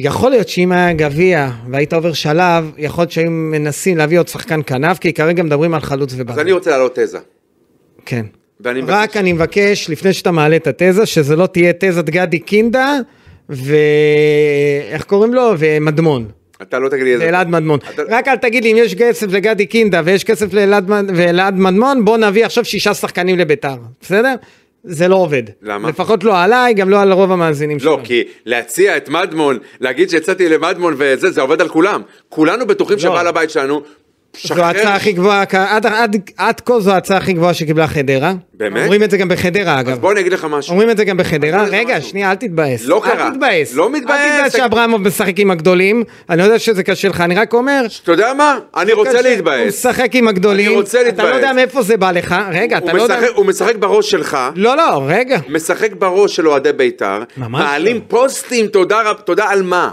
יכול להיות שאם היה גביע והיית עובר שלב, יכול להיות שהיו מנסים להביא עוד שחקן כנף, כי כרגע מדברים על חלוץ
אז אני
ובלם.
רוצה להעלות תזה.
כן.
ואני מבקש-
רק אני מבקש, לפני שאתה מעלה את התזה, שזה לא תהיה תזת גדי קינדה, ו... איך קוראים לו? ומדמון.
אתה לא תגיד לי איזה...
לאלעד מדמון.
אתה-
רק אל תגיד לי אם יש כסף לגדי קינדה ויש כסף לאלעד מד- ואלעד מדמון, בוא נביא עכשיו שישה שחקנים לביתר, בסדר? זה לא עובד.
למה?
לפחות לא עליי, גם לא על רוב המאזינים שלנו.
לא, כי להציע את מדמון, להגיד שהצעתי למדמון וזה, זה עובד על כולם. כולנו בטוחים שבעל הבית שלנו,
לא. זו ההצעה הכי גבוהה, כ- עד, עד, עד כה זו ההצעה הכי גבוהה שקיבלה חדרה.
באמת?
אומרים את זה גם בחדרה אגב.
אז בוא אני אגיד לך משהו.
אומרים את זה גם בחדרה,
אז זה
רגע,
משהו.
שנייה, אל תתבאס.
לא קרה.
אל תתבאס.
לא מתבאס.
אל תתבאס שאברמוב משחק עם הגדולים, אני לא יודע שזה קשה לך, אני רק אומר...
אתה יודע מה? אני רוצה
קשה. כן, הוא
להתבאס.
משחק עם הגדולים.
אני רוצה
אתה לא יודע
להתבאס.
מאיפה זה בא לך. רגע,
הוא
אתה לא יודע...
משחק- הוא משחק בראש שלך,
לא, לא, רגע.
משחק בראש של אוהדי בית"ר,
ממש
מעלים
לא.
פוסטים, תודה רב- תודה על מה?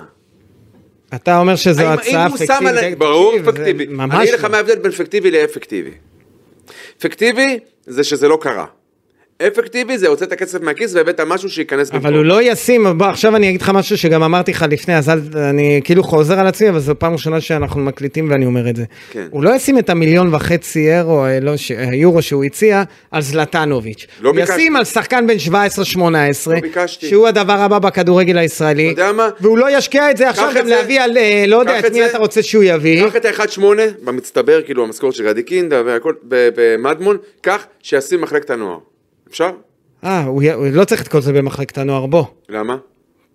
אתה אומר שזו
האם- האם
הצעה
הוא שם על-
פיקטיבית.
ברור,
תקשיב, זה
פיקטיבי. אני
ממש
אגיד לך
לא.
מה ההבדל בין פיקטיבי לאפקטיבי. פיקטיבי זה שזה לא קרה. אפקטיבי זה הוצאת הכסף מהכיס והבאת משהו שייכנס
אבל הוא לא ישים, בוא, עכשיו אני אגיד לך משהו שגם אמרתי לך לפני, אז אל- אני כאילו חוזר על עצמי, אבל זו פעם ראשונה שאנחנו מקליטים ואני אומר את זה.
כן.
הוא לא ישים את המיליון וחצי אירו, אה, לא ש- אה, יורו שהוא הציע, על זלטנוביץ'.
לא
הוא
ביקשתי.
ישים על שחקן בן 17-18,
לא ביקשתי.
שהוא הדבר הבא בכדורגל הישראלי.
אתה יודע מה?
והוא לא ישקיע את זה עכשיו
קח את
גם
זה.
להביא על, אה, לא
קח
יודע,
את
את מי
זה.
אתה רוצה שהוא יביא.
קח את ה-1.8 במצטבר, כאילו המשכורת של גדי קינדה והכל, ב- במדמון, קח שישים מחלקת הנוער. אפשר?
אה, הוא י- הוא לא צריך את כל זה במחלקת הנוער, בוא.
למה?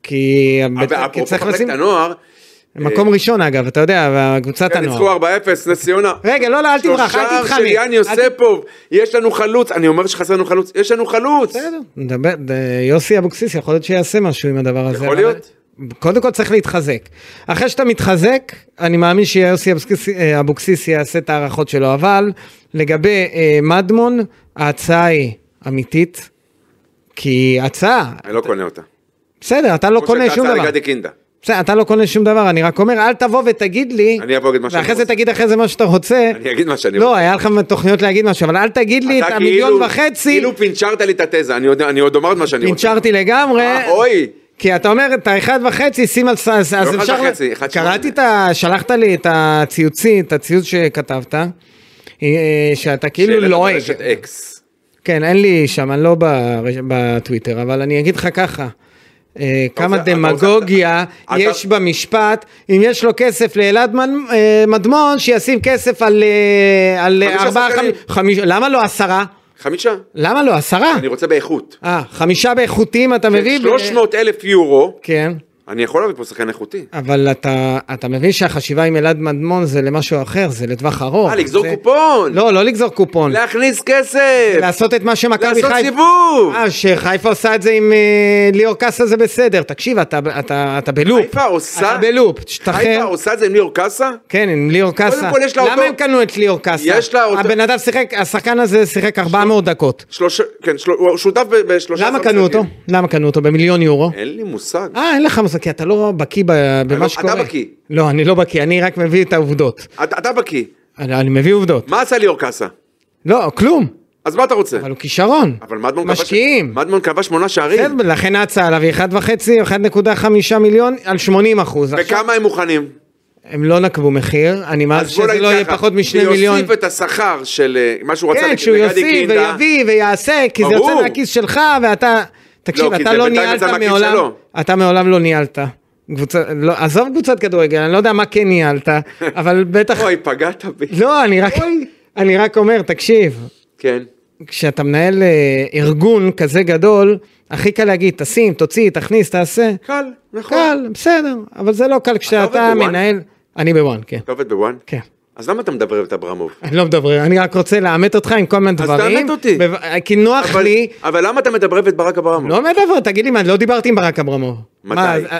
כי
אבל
כי
אפרופו
צריך
מחלקת
לשים...
הנוער, אה,
מקום ראשון אגב, אתה יודע, קבוצת
כן, ניצחו
הנוער.
4-0, נס ציונה.
רגע, לא, לא, אל תברח, אל
שלושה
תתחמק.
של יאן
אל-
יוספוב, יש לנו חלוץ, אני אומר שחסר לנו חלוץ, יש לנו חלוץ.
בסדר, נדבר, ד- יוסי אבוקסיס יכול להיות שיעשה משהו עם הדבר הזה.
יכול
אבל-
להיות.
קודם כל צריך להתחזק. אחרי שאתה מתחזק, אני מאמין שיוסי אבוקסיס- אה, אבוקסיס יעשה את ההערכות שלו, אבל לגבי אה, מדמון, ההצעה היא אמיתית, כי הצעה,
אני לא קונה אותה.
בסדר, אתה לא
כמו
קונה
שהייתה
שום
הצעה
דבר.
לגדי קינדה.
בסדר, אתה לא קונה שום דבר, אני רק אומר, אל תבוא ותגיד לי,
אני אבוא להגיד מה שאני
ואחרי זה
רוצה.
תגיד אחרי זה מה שאתה רוצה.
אני אגיד מה שאני
לא, היה לך תוכניות להגיד משהו, אבל אל תגיד לי את
אתה
המיליון
כאילו-
וחצי,
כאילו פינצ'רת לי את התזה, אני יודע- אני עוד אומר את מה שאני רוצה.
נשארתי לגמרי.
אה, אוי.
כי אתה אומר, את האחד וחצי, שים על... ס- אז
לא, אחד
אפשר...
וחצי, אחד שמונה.
קראתי את ה... שלחת לי את הציוצים, את הציוץ שכתבת, אה, שאתה כאילו
שהעלית
לועג.
ברשת אקס.
לא כן, אין לי שם, אני לא ברש- בטוויטר, אבל אני אגיד לך ככה. אה, כמה
רוצה- אתה
דמגוגיה
רוצה- אתה-
יש במשפט, אם יש לו כסף לאלעד מנ- אה, מדמון, שישים כסף על, אה, על
חמישה
ארבעה,
שחקנים.
חמ- חמיש, למה לא עשרה?
חמישה.
למה לא עשרה?
אני כן, רוצה באיכות.
אה, חמישה באיכותיים אתה מביא? ב-
300 אלף יורו,
כן,
אני יכול להביא פה שחקן איכותי.
אבל אתה, אתה מבין שהחשיבה עם אלעד מדמון זה למשהו אחר, זה לטווח ארוך.
אה, לגזור
זה-
קופון!
לא, לא לגזור קופון.
להכניס כסף!
לעשות את מה שמכבי
לעשות
חיפה...
סיבוב!
אה, שחיפה עושה את זה עם אה, ליאור קאסה זה בסדר. תקשיב, אתה, אתה, אתה בלופ.
חיפה עושה-
אתה בלופ,
חיפה
תשתחרר.
עושה את זה עם ליאור קאסה?
כן, עם ליאור קאסה.
כל יש לה
למה
אותו-
הם קנו את ליאור קאסה?
יש לה אותו-
הבן אדם שיחק, השחקן הזה שיחק 400 דקות.
שלושה, כן, של... הוא שותף ב- בשלושה...
למה
עשר
קנו
משחקים.
אותו? למה קנו אותו? במיליון יורו.
אין לי מושג.
אה, אין לך מושג, כי אתה לא בקיא ב-
לא-
במה שקורה.
אתה בקיא.
לא, אני לא בקיא, אני רק מביא את העובדות.
אתה, אתה בקיא.
אני אני מביא עובדות.
מה עשה ליאור קאסה?
לא, כלום.
אז מה אתה רוצה?
אבל הוא כישרון.
אבל מדמון כבש...
משקיעים.
מדמון כבש שמונה שערים.
כן, לכן ההצעה עליו היא 1.5, 1.5 מיליון על 80 אחוז. עכשיו,
וכמה הם מוכנים?
הם לא נקבו מחיר, אני מעריך
אז בוא
שזה
נגיד
לא יהיה
ככה,
פחות משני מיליון.
שיוסיף את השכר של אה, מה שהוא רצה
כן,
לגדי
שהוא יוסיף
גינדה.
ויביא ויעשה, כי זה
ברור.
יוצא מהכיס שלך, ואתה... תקשיב,
לא, כי
אתה
זה
לא
בינתיים
ניהלת
יצא מהכיס
מעולם,
שלו.
אתה מעולם לא ניהלת. קבוצה, לא, עזוב קבוצת כדורגל, אני לא יודע מה כן ניהלת, אבל בטח...
אוי, פגעת בי.
לא, אני רק, אני רק אומר, תקשיב,
כן.
כשאתה מנהל אה, ארגון כזה גדול, הכי קל להגיד, תשים, תוציא, תכניס, תעשה.
קל, נכון.
קל, בסדר, אבל זה לא קל כשאתה
עובד בוואן?
מנהל... אני בוואן, כן.
אתה עובד בוואן?
כן.
אז למה אתה מדבר את אברמוב?
אני לא מדבר, אני רק רוצה לעמת אותך עם כל מיני
אז
דברים.
תעמת אותי.
בב- כי נוח
אבל-
לי,
אבל למה אתה מדברב את ברק אברמוב?
לא מדבר, תגיד לי מה, לא דיברתי עם ברק אברמוב.
מתי?
מה, אז, אה,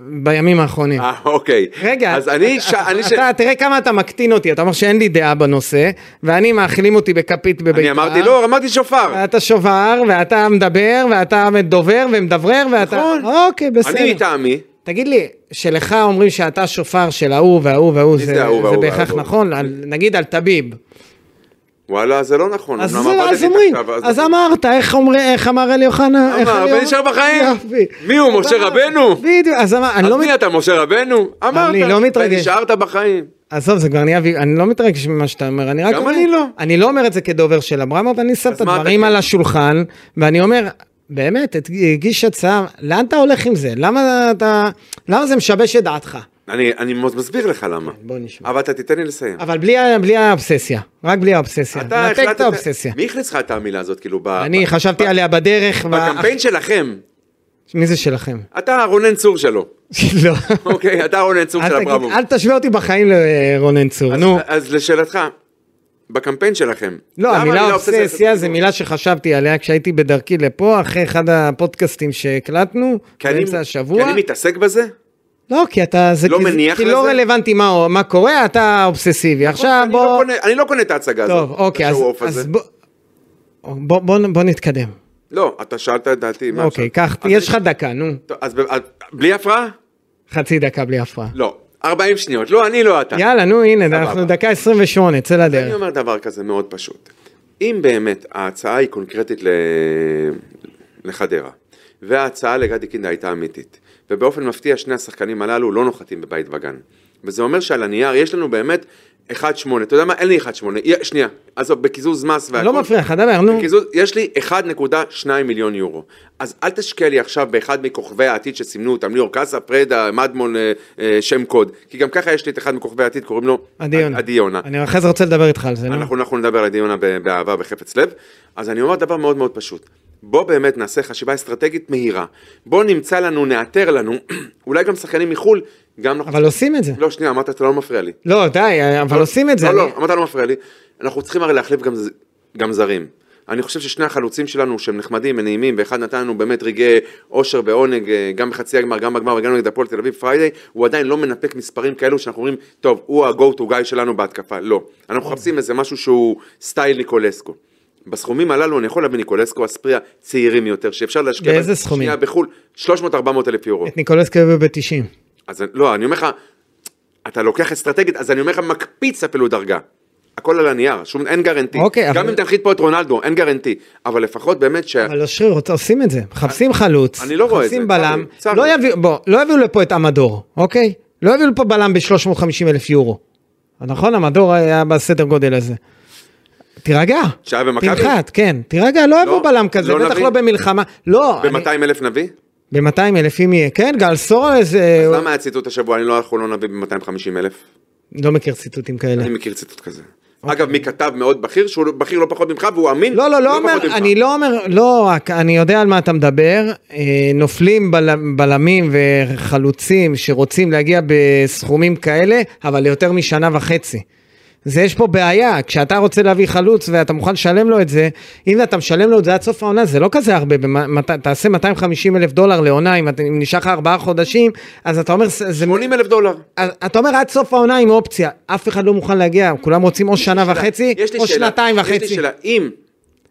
בימים האחרונים.
אה, אוקיי.
רגע,
אז אני... ש-
אתה,
אני ש-
אתה, תראה כמה אתה מקטין אותי, אתה אומר שאין לי דעה בנושא, ואני מאכילים אותי בכפית בביתר.
אני אמרתי לא, אמרתי שופר.
ואתה שובר, ואתה מדבר, ואתה דובר ומדברר, ואתה...
נכון.
אוקיי, בסדר.
אני מטעמי,
תגיד לי, שלך אומרים שאתה שופר של ההוא וההוא וההוא,
מי
זה,
זה ההוא
זה
וההוא
בהכרח
וההוא?
נכון? על, נגיד על טביב.
וואלה, זה לא נכון.
אז,
אמנם
זה,
עבדתי
אז אומרים,
תחתיו,
אז אמ- אמרת, איך, אומר, איך אמר אלי אוחנה? איך
אמר,
אלי
"הבן נשאר בחיים".
יופי.
מי הוא, משה
אמר-
רבנו?
בדיוק, אז אמר, אני
אז
לא... מת-
מי אתה, משה רבנו? אמרת.
אני לא מתרגש.
ונשארת בחיים.
עזוב, זה כבר נהיה, וי- אני לא מתרגש ממה שאתה אומר, אני רק
גם
אומר,
אני לא.
אני לא אומר את זה כדובר של אברמוב, אני שם
אז
את
מה אתה
הדברים
כן?
על השולחן, ואני אומר, באמת, את- הגיש הצעה, לאן אתה הולך עם זה? למה אתה, למה זה משבש את דעתך?
אני אני מסביר לך למה.
בוא נשמע.
אבל אתה תיתן לי לסיים.
אבל בלי, ה- בלי האובססיה, רק בלי האובססיה.
אתה
נתק כן, את האובססיה.
מי הכניס לך את המילה הזאת, כאילו, ב-
אני
ב-
חשבתי
ב-
עליה בדרך,
בקמפיין שלכם.
וה- מי זה שלכם? <laughs>
אתה רונן צור שלו.
לא.
<laughs> אוקיי, אתה רונן צור
אל
של
תגיד-
אברמוב.
אל תשווה אותי בחיים לרונן צור,
אז-
נו.
אז לשאלתך, בקמפיין שלכם.
לא,
למה
המילה
אובססיה-
אובססיה זה מילה שחשבתי עליה כשהייתי בדרכי לפה, אחרי אחד הפודקאסטים שהקלטנו,
כי אני-
באמצע
כי
השבוע.
אני מתעסק בזה?
לא, כי אתה, זה
לא
כי זה-
מניח
כי לא
לזה?
רלוונטי מה מה קורה, אתה אובססיבי. עכשיו
אני לא
בוא...
קונה- אני לא קונה את ההצגה הזאת.
טוב, אוקיי, אז-
השואו-אוף הזה.
אז בוא- בוא- בוא בוא נתקדם.
לא, אתה שאלת את דעתי. מה
אוקיי,
עכשיו?
קח,
אז
יש לך
אני-
דקה, נו.
טוב, אז ב- אז- בלי הפרעה?
חצי דקה בלי הפרעה.
לא. 40 שניות. לא, אני לא אתה.
יאללה, נו, הנה,
סבבה.
אנחנו דקה 28, צא
אני
לדרך.
אומר דבר כזה מאוד פשוט. אם באמת ההצעה היא קונקרטית ל- לחדרה, וההצעה לגדי קינדה הייתה אמיתית, ובאופן מפתיע שני השחקנים הללו לא נוחתים בבית וגן, וזה אומר שעל הנייר יש לנו באמת 1-8, אתה יודע מה? אין לי 1-8, י- שנייה, עזוב, בקיזוז מס והכל.
לא מפריע לך, דבר, נו.
בקיזוז, יש לי 1.2 מיליון יורו. אז אל תשקיע לי עכשיו באחד מכוכבי העתיד שסימנו אותם, ליאור קאסה, פרדה, מדמון, אה, אה, שם קוד. כי גם ככה יש לי את אחד מכוכבי העתיד, קוראים לו
עדי יונה.
עדי יונה.
אני אחרי זה רוצה לדבר איתך על זה, נו.
אנחנו, אנחנו נדבר על דיונה ב- באהבה וחפץ לב. אז אני אומר דבר מאוד מאוד פשוט. בוא באמת נעשה חשיבה אסטרטגית מהירה. בוא נמצא לנו, נאתר לנו, <clears throat> אולי גם שחקנים מחו"ל, גם אנחנו...
אבל עושים את זה.
לא, שנייה, אמרת, אתה לא מפריע לי.
לא, די, אבל עושים את זה.
לא,
אני-
לא, אמרת, לא מפריע לי. אנחנו צריכים הרי להחליף גם, ז- גם זרים. אני חושב ששני החלוצים שלנו, שהם נחמדים ונעימים, ואחד נתן לנו באמת רגעי אושר ועונג, אה, גם בחצי הגמר, גם בגמר, וגם נגד הפועל תל אביב פריידיי, הוא עדיין לא מנפק מספרים כאלו שאנחנו אומרים, טוב, הוא ה-go to guy שלנו בהתקפה. לא. אנחנו מחפשים איזה משהו שהוא סטייל ניקולסקו. בסכומים הללו אני יכול להביא ניקולסקו אספריה צעירים יותר, שאפשר להשקיע...
באיזה
בהם.
סכומים?
שנייה, בחו"ל, 300-400 אלף יורו.
את ניקולסקי היו ב-90.
אז אני- לא, אני אומר לך, אתה לוקח אסטרטגית, אז אני אומר לך, מקפיץ אפילו דרגה. הכל על הנייר, שום, אין גרנטי.
אוקיי,
גם
אבל-
אם תנחית פה את רונלדו, אין גרנטי. אבל לפחות באמת ש...
אבל אושרי, רוצ- עושים את זה. מחפשים חלוץ,
אני לא רואה את זה,
מחפשים
צר לי,
בלם.
צר לי.
לא יביאו, בוא, לא יביאו לפה את עמדור, אוקיי? לא יביאו לפה בלם ב-350 אלף יורו. נכון, עמדור היה בסדר גודל הזה. תירגע.
שהיה במכבי?
תנחת, כן. תירגע, לא יביאו בלם כזה,
לא
בטח
נביא?
לא במלחמה. לא, אני-
ב-200 אלף נביא?
ב-200 אלף אם יהיה, כן, גל סורלס, אה,
אז למה היה ציטוט השבוע, אני לא, אנחנו לא נביא ב-250 אלף?
לא מכיר ציטוטים כאלה.
אני מכיר ציטוט כזה. אגב, מכתב מאוד בכיר, שהוא בכיר לא פחות ממך, והוא אמין.
אוקיי. לא, לא, לא אומר,
פחות ממך.
אני לא אומר, לא, רק, אני יודע על מה אתה מדבר. אה, נופלים בל- בלמים וחלוצים שרוצים להגיע בסכומים כאלה, אבל ליותר משנה וחצי. זה יש פה בעיה, כשאתה רוצה להביא חלוץ ואתה מוכן לשלם לו את זה, אם אתה משלם לו את זה עד סוף העונה, זה לא כזה הרבה, במה- מת- תעשה 250 אלף דולר לעונה, אם אתה- אם נשאר לך ארבעה חודשים, אז אתה אומר, זה- זה
80 אלף דולר.
אז אתה אומר עד סוף העונה עם אופציה, אף אחד לא מוכן להגיע, כולם רוצים או שנה וחצי,
יש לי
או
שאלה,
שנתיים
יש לי
וחצי.
שאלה, אם...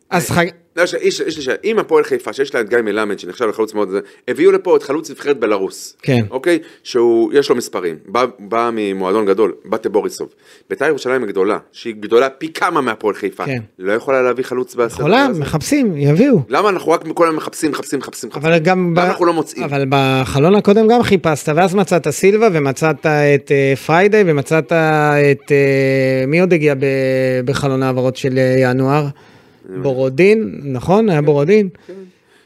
אז חג...
לא, ש- יש יש לי שאלה, אם הפועל חיפה, שיש לה את גיא מלמד, שנחשב לחלוץ מאוד, זה, הביאו לפה את חלוץ נבחרת בלרוס.
כן.
אוקיי? שהוא, יש לו מספרים. בא- בא ממועדון גדול, בטה בוריסוב. בית"ר ירושלים הגדולה, שהיא גדולה פי כמה מהפועל חיפה.
כן.
לא יכולה להביא חלוץ בעשרה.
עולם, מחפשים, יביאו.
למה אנחנו רק כל היום מחפשים, מחפשים, מחפשים, מחפשים?
אבל גם... ב-
למה אנחנו לא מוצאים?
אבל בחלון הקודם גם חיפשת, ואז מצאת סילבה, ומצאת את אה, פריידי, ומצאת את... אה, מי עוד הגיע ב- בחלון ההעברות של אה, ינואר? בורודין, נכון? היה בורודין?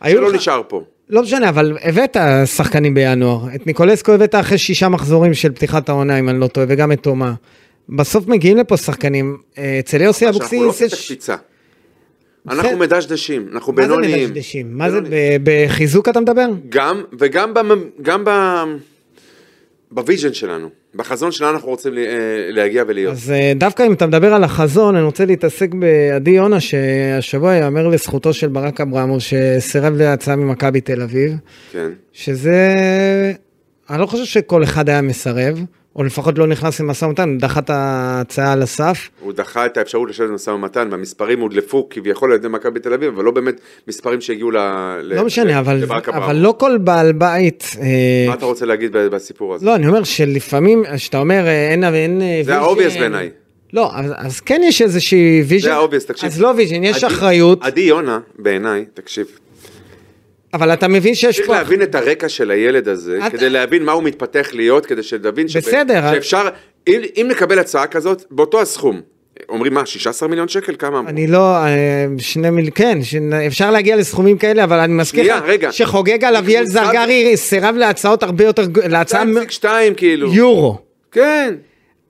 היו
כן, שלא
לך-
נשאר פה.
לא משנה, אבל הבאת שחקנים בינואר. את ניקולסקו הבאת אחרי שישה מחזורים של פתיחת העונה, אם אני לא טועה, וגם את תומה. בסוף מגיעים לפה שחקנים, אה, אצל יוסי
שאנחנו לא
אבוקסיס
עושים את
יש...
הקפיצה. אנחנו מדשדשים, אנחנו
מה זה
בינוניים.
מדשדשים? מה זה,
בינוניים.
ב- בחיזוק אתה מדבר?
גם, וגם במ- גם ב... בוויז'ן שלנו, בחזון שלנו אנחנו רוצים ל- אה, להגיע ולהיות.
אז אה, דווקא אם אתה מדבר על החזון, אני רוצה להתעסק בעדי יונה, שהשבוע יאמר לזכותו של ברק אברמוב, שסירב להצעה ממכבי תל אביב,
כן.
שזה... אני לא חושב שכל אחד היה מסרב, או לפחות לא נכנס למשא ומתן, דחה את ההצעה על הסף.
הוא דחה את האפשרות לשבת במשא ומתן, והמספרים הודלפו כביכול על ידי מכבי תל אביב, אבל לא באמת מספרים שהגיעו ל... ל-
לא משנה,
ל-
אבל,
לברק אברהם.
אבל לא כל בעל בית... אה,
מה אתה רוצה להגיד ב- בסיפור הזה?
לא, אני אומר שלפעמים, כשאתה אומר אה, אין... אין אה,
זה
vision-
האובייס בעיניי.
לא, אז, אז כן יש איזושהי ויז'ן.
זה האובייס, תקשיב.
אז לא ויז'ן, יש
עדי-
אחריות,
עדי יונה, בעיניי, תקשיב,
אבל אתה מבין שיש
צריך
פה...
להבין את הרקע של הילד הזה,
את-
כדי להבין מה הוא מתפתח להיות, כדי שנבין שב-
בסדר, אבל-
שאפשר, אם אם נקבל הצעה כזאת, באותו הסכום, אומרים מה, 16 מיליון שקל? כמה אמרו?
אני לא, אה, שני מיל... כן, ש... אפשר להגיע לסכומים כאלה, אבל אני מזכיר
שנייה,
לך
רגע.
שחוגג על אביאל
קבוצה-
זרגרי סירב להצעות הרבה יותר, ג- להצעה מ-
2.2 כאילו.
יורו.
כן.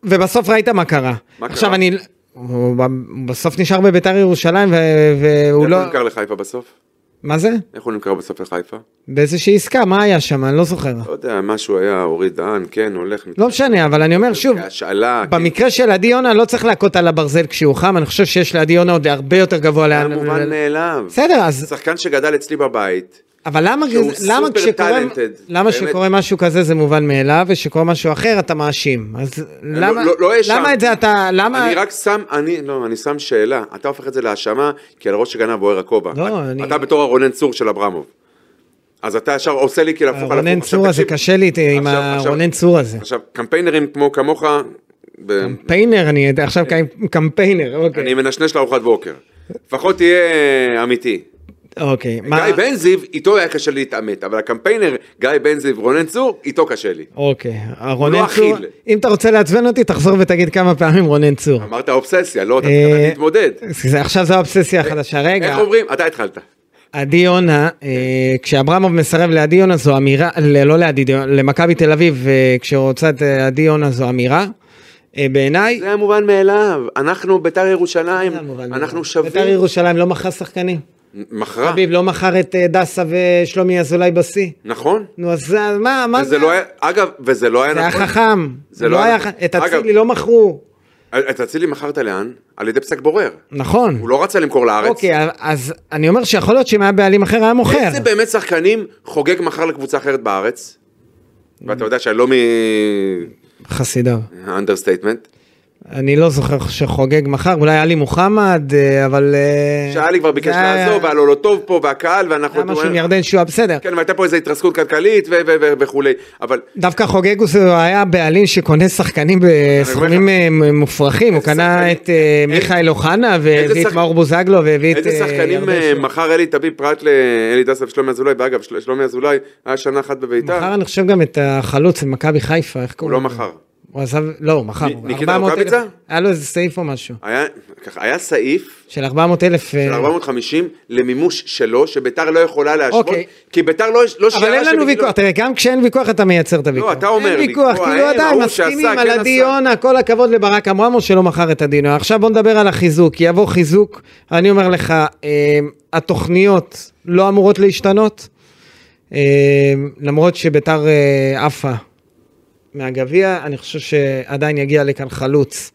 ובסוף ראית מה קרה.
מה
עכשיו
קרה?
אני... הוא ב- בסוף נשאר בביתר ירושלים ו- והוא
איך
לא...
הוא נמכר לחיפה בסוף?
מה זה?
איך הוא נמכר בסוף לחיפה?
באיזושהי עסקה, מה היה שם? אני לא זוכר.
לא יודע, משהו היה, אורי דהן, כן, הולך,
לא משנה, אבל אני אומר שוב,
השאלה, כן,
במקרה של עדי יונה לא צריך להכות על הברזל כשהוא חם, אני חושב שיש לעדי יונה עוד הרבה יותר גבוה
זה
לאן...
מובן מאליו.
בסדר, אז...
שחקן שגדל אצלי בבית,
אבל למה,
שהוא
למה,
סופר
כשקורה,
טאלנטד,
למה
באמת.
שקורה משהו כזה זה מובן מאליו, ושקורה משהו אחר אתה מאשים. אז למה,
לא- לא האשמתי.
למה את זה אתה, למה,
אני רק שם, אני, לא, אני שם שאלה, אתה הופך את זה להאשמה, כי על ראש הגנב בוער הכובע.
לא,
אתה-
אני-
אתה בתור הרונן צור של אברמוב. אז אתה ישר עושה לי כאילו הפוך על הפוך.
הרונן
עכשיו,
צור הזה
תקשיב,
קשה לי עם
עכשיו- עכשיו-
הרונן צור הזה.
עכשיו, קמפיינרים כמו כמוך, ב-
קמפיינר, אני יודע, עכשיו קמפ- קמפיינר,
אני
אוקיי.
מנשנש לארוחת בוקר. לפחות תהיה אה, אמיתי.
אוקיי, מה,
גיא בן זיו, איתו היה קשה לי להתעמת, אבל הקמפיינר, גיא בן זיו, רונן צור, איתו קשה לי.
אוקיי, הרונן
לא
צור,
אכיל.
אם אתה רוצה לעצבן אותי, תחזור ותגיד כמה פעמים רונן צור.
אמרת אובססיה, לא, אתה
אה,
צריך להתמודד.
זה- עכשיו זו האובססיה החדשה, רגע. אה,
איך אומרים? אתה התחלת.
עדי יונה, אה, כשאברמוב מסרב לעדי יונה זו אמירה, ל- לא לעדי יונה, למכבי תל אביב, אה, כשרוצה את אה, עדי יונה זו אמירה, אה, בעיניי.
זה המובן מאליו, אנחנו ביתר ירושלים,
זה המובן מאליו.
אנחנו שווים.
בית"ר ירושלים לא מכר שחקנים.
מכרה,
אביב לא מכר את אה, דסה ושלומי אזולאי בשיא.
נכון?
נו אז זה- מה, מה
וזה
זה?
לא היה, אגב, וזה לא היה
זה היה
נכון.
חכם.
זה לא היה
היה...
נכון.
ח- את
אגב-
אצילי לא מכרו.
את אצילי אה, מכרת לאן? על ידי פסק בורר.
נכון.
הוא לא רצה למכור לארץ.
אוקיי, אז אני אומר שיכול להיות שאם היה בעלים אחר היה מוכר.
איזה באמת שחקנים חוגג מחר לקבוצה אחרת בארץ? ואתה יודע שאני לא
חסידיו.
מאנדרסטייטמנט.
אני לא זוכר שחוגג מחר, אולי עלי מוחמד, אה, אבל... אה,
שאלי כבר ביקש
זה היה-
לעזוב, והיה לו לא טוב פה, והקהל, ואנחנו...
היה משהו עם ירדן שועה, בסדר.
כן, והייתה פה איזו התרסקות כלכלית ו- ו- ו- וכולי, אבל
דווקא חוגגוס הוא היה בעלים שקונה שחקנים בסכומים אה, מופרכים, הוא
איזה
קנה
שחקנים?
את אה, מיכאל אוחנה, והביא את
שחק-
מאור בוזגלו, והביא את...
איזה
אה,
שחקנים
ירדן
אה,
שועה.
מכר אלי תביא פרט לאלי דסה ושלומי אזולאי, ואגב, של- שלומי אזולאי היה שנה אחת בביתר,
מחר אני חושב גם את החלוץ של מכבי חיפה, איך
הוא
קוראים
לא
לו?
מכר.
הוא עזב, לא, הוא מכר.
נ- ניקיטה
400,000
רוקאביצה?
היה לו איזה סעיף או משהו.
היה, ככה, היה סעיף
של 400 אלף. אה,
של 450 למימוש שלו, שביתר לא יכולה להשוות,
אוקיי.
כי ביתר לא, לא
אבל אין לנו
שבגינו-
ויכוח, תראה, גם כשאין ויכוח אתה מייצר את הוויכוח.
אתה אומר
אין
לי,
ויכוח,
כמו
כאילו
האם,
עדיין
ההוא
מסכימים
שעשה,
על
כן
עדי
עשה.
יונה, כל הכבוד לברק אמרמוס שלא מכר את עדי יונה. עכשיו בוא נדבר על החיזוק, כי יבוא חיזוק, אני אומר לך, אה, התוכניות לא אמורות להשתנות, אה, למרות שביתר אה, עפה מהגביע, אני חושב שעדיין יגיע לכאן חלוץ.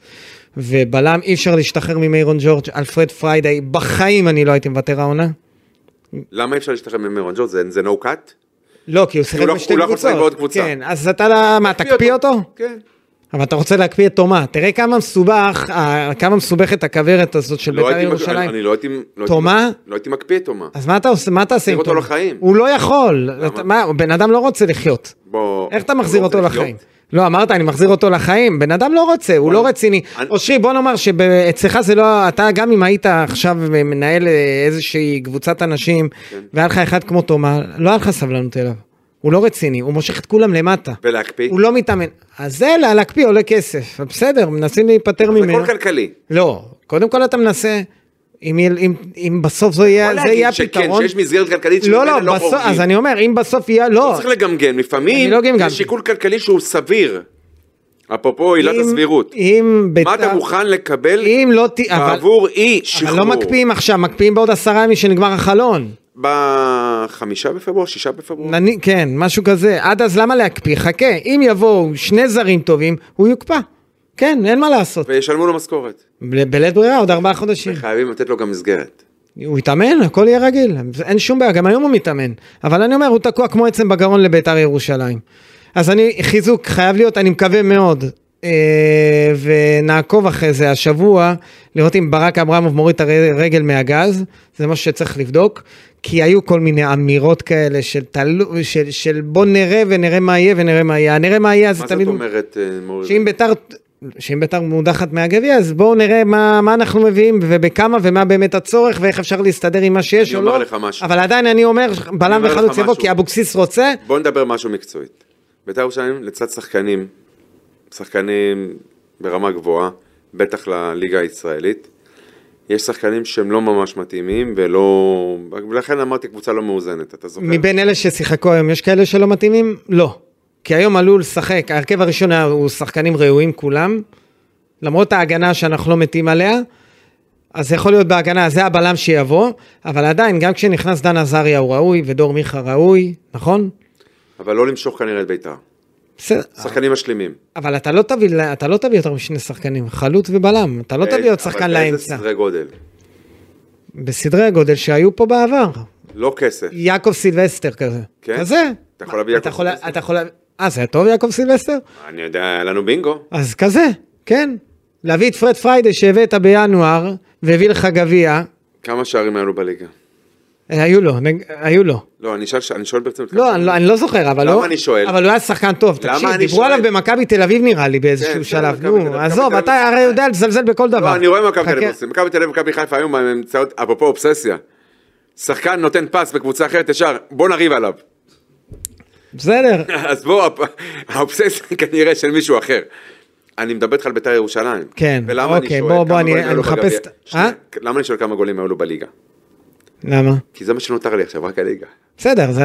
ובלם אי אפשר להשתחרר ממיירון ג'ורג', אלפרד פריידי, בחיים אני לא הייתי מוותר העונה.
למה אי אפשר להשתחרר ממרון ג'ורג'? זה, זה no cut?
לא, כי הוא שיחק
הוא לא-
בשתי
הוא לא יכול
קבוצות.
לשחק בעוד קבוצה.
כן, אז אתה, לא- מה, תקפיא אותו?
כן.
אבל אתה רוצה להקפיא את תומה. תראה כמה מסובך, אה, כמה מסובכת הכוורת הזאת של
לא
בית"ר
הייתי, מק- אני,
ירושלים.
אני לא הייתי, לא הייתי-
תומה?
לא הייתי מקפיא את תומה.
אז מה אתה עושה, מה אתה עושה עם
אותו לחיים.
הוא לא יכול. אתה- מה, בן אדם לא רוצה לחיות.
בוא...
איך אתה מחזיר
לא
אותו
רוצה לחיות.
לחיים? לא, אמרת, אני מחזיר אותו לחיים. בן אדם לא רוצה, הוא לא
אני-
רציני.
אני-
אושרי, בוא נאמר שאצלך זה לא... אתה, גם אם היית עכשיו מנהל אה, איזושהי קבוצת אנשים,
כן.
והיה לך אחד כמו תומה, לא היה לך סבלנות אליו. הוא לא רציני, הוא מושך את כולם למטה.
ולהקפיא?
הוא לא מתאמן. אז זה לה- להקפיא עולה כסף, אבל בסדר, מנסים להיפטר
זה
ממנו.
הכל כלכלי.
לא, קודם כל אתה מנסה, אם, יהיה- אם, אם בסוף זה
יכול
יהיה, זה
להגיד
יהיה
שכן,
הפתרון.
שיש מסגרת כלכלית
לא,
שממנה
לא,
לא
בסוף,
חורגים.
אז אני אומר, אם בסוף יהיה, לא.
צריך לגמגם, לפעמים
אני לא גמגמתי.
יש שיקול כלכלי שהוא סביר. אפרופו עילת
אם-
לא הסבירות.
אם ביתר...
מה אתה מוכן לקבל
אם לא ת... אבל,
בעבור אי שחרור?
אבל לא מקפיאים עכשיו, מקפיאים בעוד עשרה ימים שנגמר החלון.
בחמישה בפברואר, שישה בפברואר?
אני, כן, משהו כזה. עד אז למה להקפיא? חכה, אם יבואו שני זרים טובים, הוא יוקפא. כן, אין מה לעשות.
וישלמו לו משכורת.
ב- בלית ברירה, עוד ארבעה חודשים.
חייבים לתת לו גם מסגרת.
הוא יתאמן, הכל יהיה רגיל, אין שום בעיה, גם היום הוא מתאמן. אבל אני אומר, הוא תקוע כמו עצם בגרון לביתר ירושלים. אז אני, חיזוק חייב להיות, אני מקווה מאוד, אה, ונעקוב אחרי זה השבוע, לראות אם ברק אברמוב מוריד את הרגל מהגז, זה משהו שצריך לבדוק, כי היו כל מיני אמירות כאלה של, תלו, של, של בוא נראה ונראה מה יהיה ונראה מה יהיה, נראה מה יהיה זה
מה זאת
תמיד...
אומרת, אה, מוריד?
שאם ביתר, שאם ביתר מודחת מהגביע, אז בואו נראה מה, מה אנחנו מביאים ובכמה ומה באמת הצורך ואיך אפשר להסתדר עם מה שיש
אני
או
אומר
לא.
לך משהו.
אבל עדיין אני אומר, בלם
אומר לך
וחלוץ יבוא,
משהו.
כי אבוקסיס רוצה,
בוא נדבר משהו מקצועית. בית"ר ירושלים לצד שחקנים, שחקנים ברמה גבוהה, בטח לליגה הישראלית. יש שחקנים שהם לא ממש מתאימים ולא... ולכן אמרתי קבוצה לא מאוזנת, אתה זוכר?
מבין אלה ששיחקו היום, יש כאלה שלא מתאימים? לא. כי היום עלו לשחק, ההרכב הראשון היה, הוא שחקנים ראויים כולם, למרות ההגנה שאנחנו לא מתים עליה, אז זה יכול להיות בהגנה, זה הבלם שיבוא, אבל עדיין, גם כשנכנס דן עזריה הוא ראוי, ודור מיכה ראוי, נכון?
אבל לא למשוך כנראה את בית"ר.
אה. בסדר.
שחקנים משלימים.
אבל אתה לא תביא, אתה לא תביא יותר משני שחקנים, חלוץ ובלם, אתה לא תביא עוד שחקן
אה, אבל באיזה
לאמצע.
סדרי גודל?
בסדרי הגודל שהיו פה בעבר.
לא כסף.
יעקב סילבסטר כזה.
כן?
כזה.
אתה יכול להביא יעקב
אתה יכול-
סילבסטר?
אתה יכול... להביא- אה, זה היה טוב יעקב סילבסטר?
אני יודע, היה לנו בינגו.
אז כזה, כן. להביא את פרד פריידי שהבאת בינואר, והביא לך גביע,
כמה שערים היו לו בליגה?
אה, היו לו, נג- היו לו.
לא, אני אשאל, אני שואל ברצינות. כמה
לא, אני לא- אני לא זוכר, אבל
למה
לא...
אני שואל?
אבל הוא היה שחקן טוב,
למה
תקשיב,
אני
דיברו
שואל?
עליו במכבי תל אביב נראה לי באיזשהו
כן,
שלב.
בסדר, מכבי תל
נו,
אביב,
עזוב,
מכבי תל
אתה
אביב.
הרי יודע לזלזל בכל דבר.
לא, אני רואה מה מכבי תל
חכה.
אביב עושים. מכבי תל אביב ומכבי חיפה היום הם נמצאות, אפרופו אובססיה. שחקן נותן פס בקבוצה אחרת ישר, בוא נריב עליו. <laughs>
בסדר,
אז בוא, האפ- האובססיה <laughs> כנראה של מישהו אחר. אני מדבר איתך על בית"ר ירושלים.
כן,
ולמה אני
אוקיי,
שואל
בוא,
כמה
בוא, אני-
גולים היו
אני
לו
מחפש-
בגביע? שנייה,
אה?
למה אני שואל כמה גולים היו לו בליגה?
למה?
כי זה מה שנותר לי עכשיו, רק הליגה.
בסדר, זה...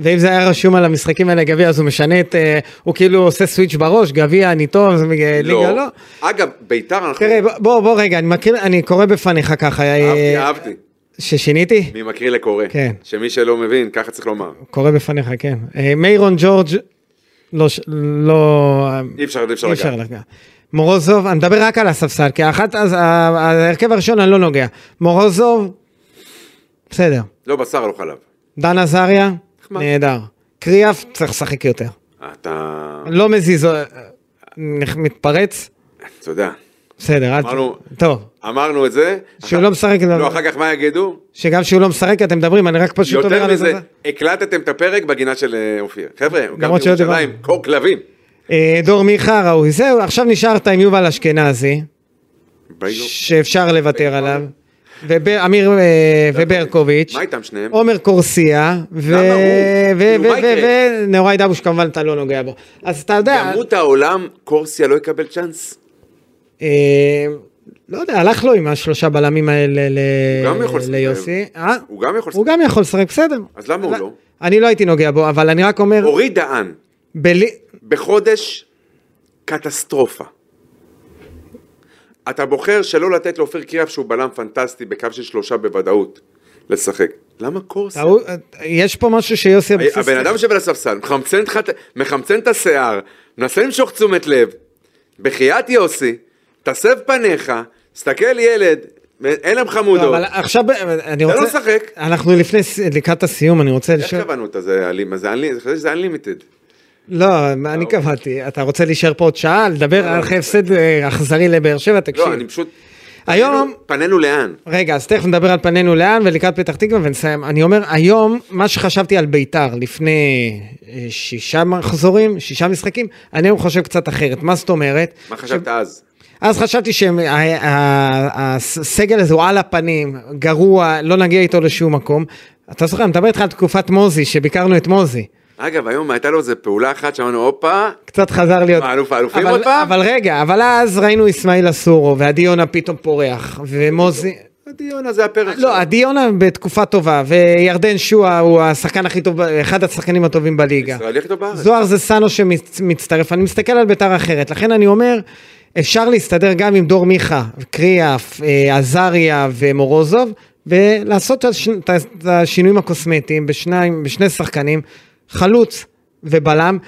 ואם זה היה רשום על המשחקים האלה גביע, אז הוא משנה את... אה, הוא כאילו עושה סוויץ' בראש, גביע, אני טוב, זה מג- ליגה לא.
אגב, בית"ר אנחנו...
תראה, ב- בוא, בוא רגע, אני מכיר, אני קורא בפניך ככה, אה,
אהבתי, אהבתי.
ששיניתי?
ממקריא לקורא.
כן.
שמי שלא מבין, ככה צריך לומר.
קורא בפניך, כן. אה, מיירון ג'ורג' לא... ש- לא...
אי אפשר, אי אפשר
אי אפשר
לגעת.
לגעת. מורוזוב, אני מדבר רק על הספסל, כי האחת, אז ה- ההרכב הראשון אני לא נוגע. מורוזוב, בסדר.
לא בשר, לא חלב.
דן עזריה,
נחמד.
נהדר. קריאף, צריך לשחק יותר.
אתה...
לא מזיז, אה, נכ- מתפרץ,
אתה יודע.
בסדר, אל ת-
אמרנו-
טוב.
אמרנו את זה.
שהוא לא משחק,
לא, אחר כך מה יגידו?
שגם שהוא לא משחק אתם מדברים, אני רק פשוט
יותר
עובר על
מזה,
זה.
הקלטתם את הפרק בגינה של אה, אופיר. חבר'ה, גם
למרות שלא
בירושלים,
דיברנו.
קור כלבים.
אה, דור מיכה ראוי, זהו, עכשיו נשארת עם יובל אשכנזי,
בייגו.
שאפשר לוותר עליו. ואמיר וברקוביץ',
מה איתם שניהם?
עומר קורסיה, ו-
למה הוא?
ו-
כאילו,
ו-
מה יקרה?
ו- ונאורי דבוש כמובן אתה לא נוגע בו. אז אתה יודע,
ימות העולם, קורסיה לא יקבל צ'אנס?
אה, לא יודע, הלך לו עם השלושה בלמים האלה ל-
הוא גם יכול לשחק.
ליוסי. אה?
הוא גם יכול
הוא גם יכול לשחק, בסדר.
אז למה הוא
אבל-
לא?
אני לא הייתי נוגע בו, אבל אני רק אומר,
אורי דהן,
בלי...
בחודש, קטסטרופה. אתה בוחר שלא לתת לאופיר קריאף, שהוא בלם פנטסטי בקו של שלושה בוודאות, לשחק. למה קורסיה?
טעו- יש פה משהו שיוסי אבוקסיס... לא,
אה, הבן אדם יושב על הספסל, מחמצן, לך את- מחמצן את השיער, מנסה למשוך תשומת לב, בחייאת יוסי, תסב פניך, סתכל ילד, אין להם
לא,
חמודות.
אבל עכשיו אני
תן
רוצה...
לו לשחק.
אנחנו לפני, ס- לקראת הסיום, אני רוצה
לא איך
לשאול...
קבענו את זה, אלים? זה unli- חשבתי שזה unlimited.
לא, מה אני קבעתי. אתה רוצה להישאר פה עוד שעה, לדבר על הפסד אה, אכזרי לבאר שבע, תקשיב.
לא, אני כאילו- פשוט...
היום...
פנינו- פנינו לאן?
רגע, אז תכף נדבר על פנינו לאן ולקראת פתח תקווה ונסיים. אני אומר, היום, מה שחשבתי על ביתר לפני אה, שישה מחזורים, שישה משחקים, אני היום חושב קצת אחרת. מה זאת אומרת?
מה חשבת אז?
אז חשבתי שהסגל הזה הוא על הפנים, גרוע, לא נגיע איתו לשום מקום. אתה זוכר, אני מדבר איתך על תקופת מוזי, שביקרנו את מוזי.
אגב, היום הייתה לו איזה פעולה אחת שאמרנו, הופה,
קצת חזר להיות...
מה, אלוף האלופים
אבל-
עוד פעם?
אבל רגע, אבל אז ראינו אסמאעיל אסורו, ועדי יונה פתאום פורח, ומוזי...
עדי יונה זה הפרק שלו.
לא, עדי יונה בתקופה טובה, וירדן שואה הוא השחקן הכי טוב, ב- אחד השחקנים הטובים בליגה.
ישראלי הכי טוב בארץ.
זוהר זה סאנו שמצטרף, אני מסתכל על ביתר אחרת, לכן אני אומר, אפשר להסתדר גם עם דור מיכה, קריאף, אה, עזריה ומורוזוב, ולעשות את הש- את ה- את השינויים הקוסמטיים בשניים, בשני שחקנים, חלוץ ובלם.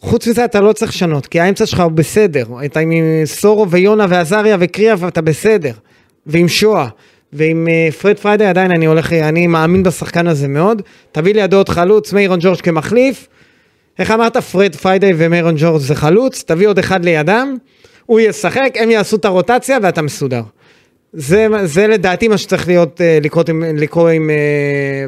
חוץ מזה אתה לא צריך לשנות, כי האמצע שלך הוא בסדר, אתה עם אה, סורו ויונה ועזריה וקריאף אתה בסדר, ועם שואה. ועם אה, פרד פריידי עדיין אני הולך, אני מאמין בשחקן הזה מאוד, תביא לידו עוד חלוץ, מיירון ג'ורג' כמחליף, איך אמרת? פרד פריידי ומיירון ג'ורג' זה חלוץ, תביא עוד אחד לידם, הוא ישחק, הם יעשו את הרוטציה ואתה מסודר. זה, זה לדעתי מה שצריך להיות, אה, לקרות עם, לקרוא עם, אה,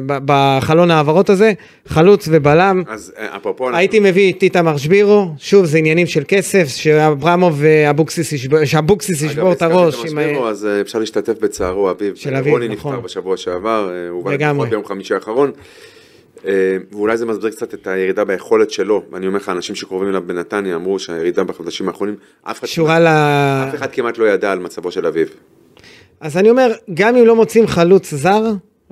ב- בחלון ההעברות הזה, חלוץ ובלם.
אז אה, אפרופו... אנחנו-
הייתי מביא את איתמר שבירו, שוב זה עניינים של כסף, שאברמוב ואבוקסיס ישבור, שאבוקסיס
אגב,
ישבור את
הזכרתי
הראש. עם ה-
המשברו, אז אה, אפשר להשתתף בצערו, אביו.
של אביו,
רוני
נכון.
נפטר בשבוע שעבר, אה, הוא בא
לגמרי.
לפחות ביום חמישי האחרון. אה, ואולי זה מסביר קצת את הירידה ביכולת שלו, ואני אומר לך, אנשים שקרובים אליו בנתניה אמרו שהירידה בחודשים האחרונים, אף אחד,
קשורה ל...
אף אחד כמעט לא ידע על מצבו של אביו.
אז אני אומר, גם אם לא מוצאים חלוץ זר,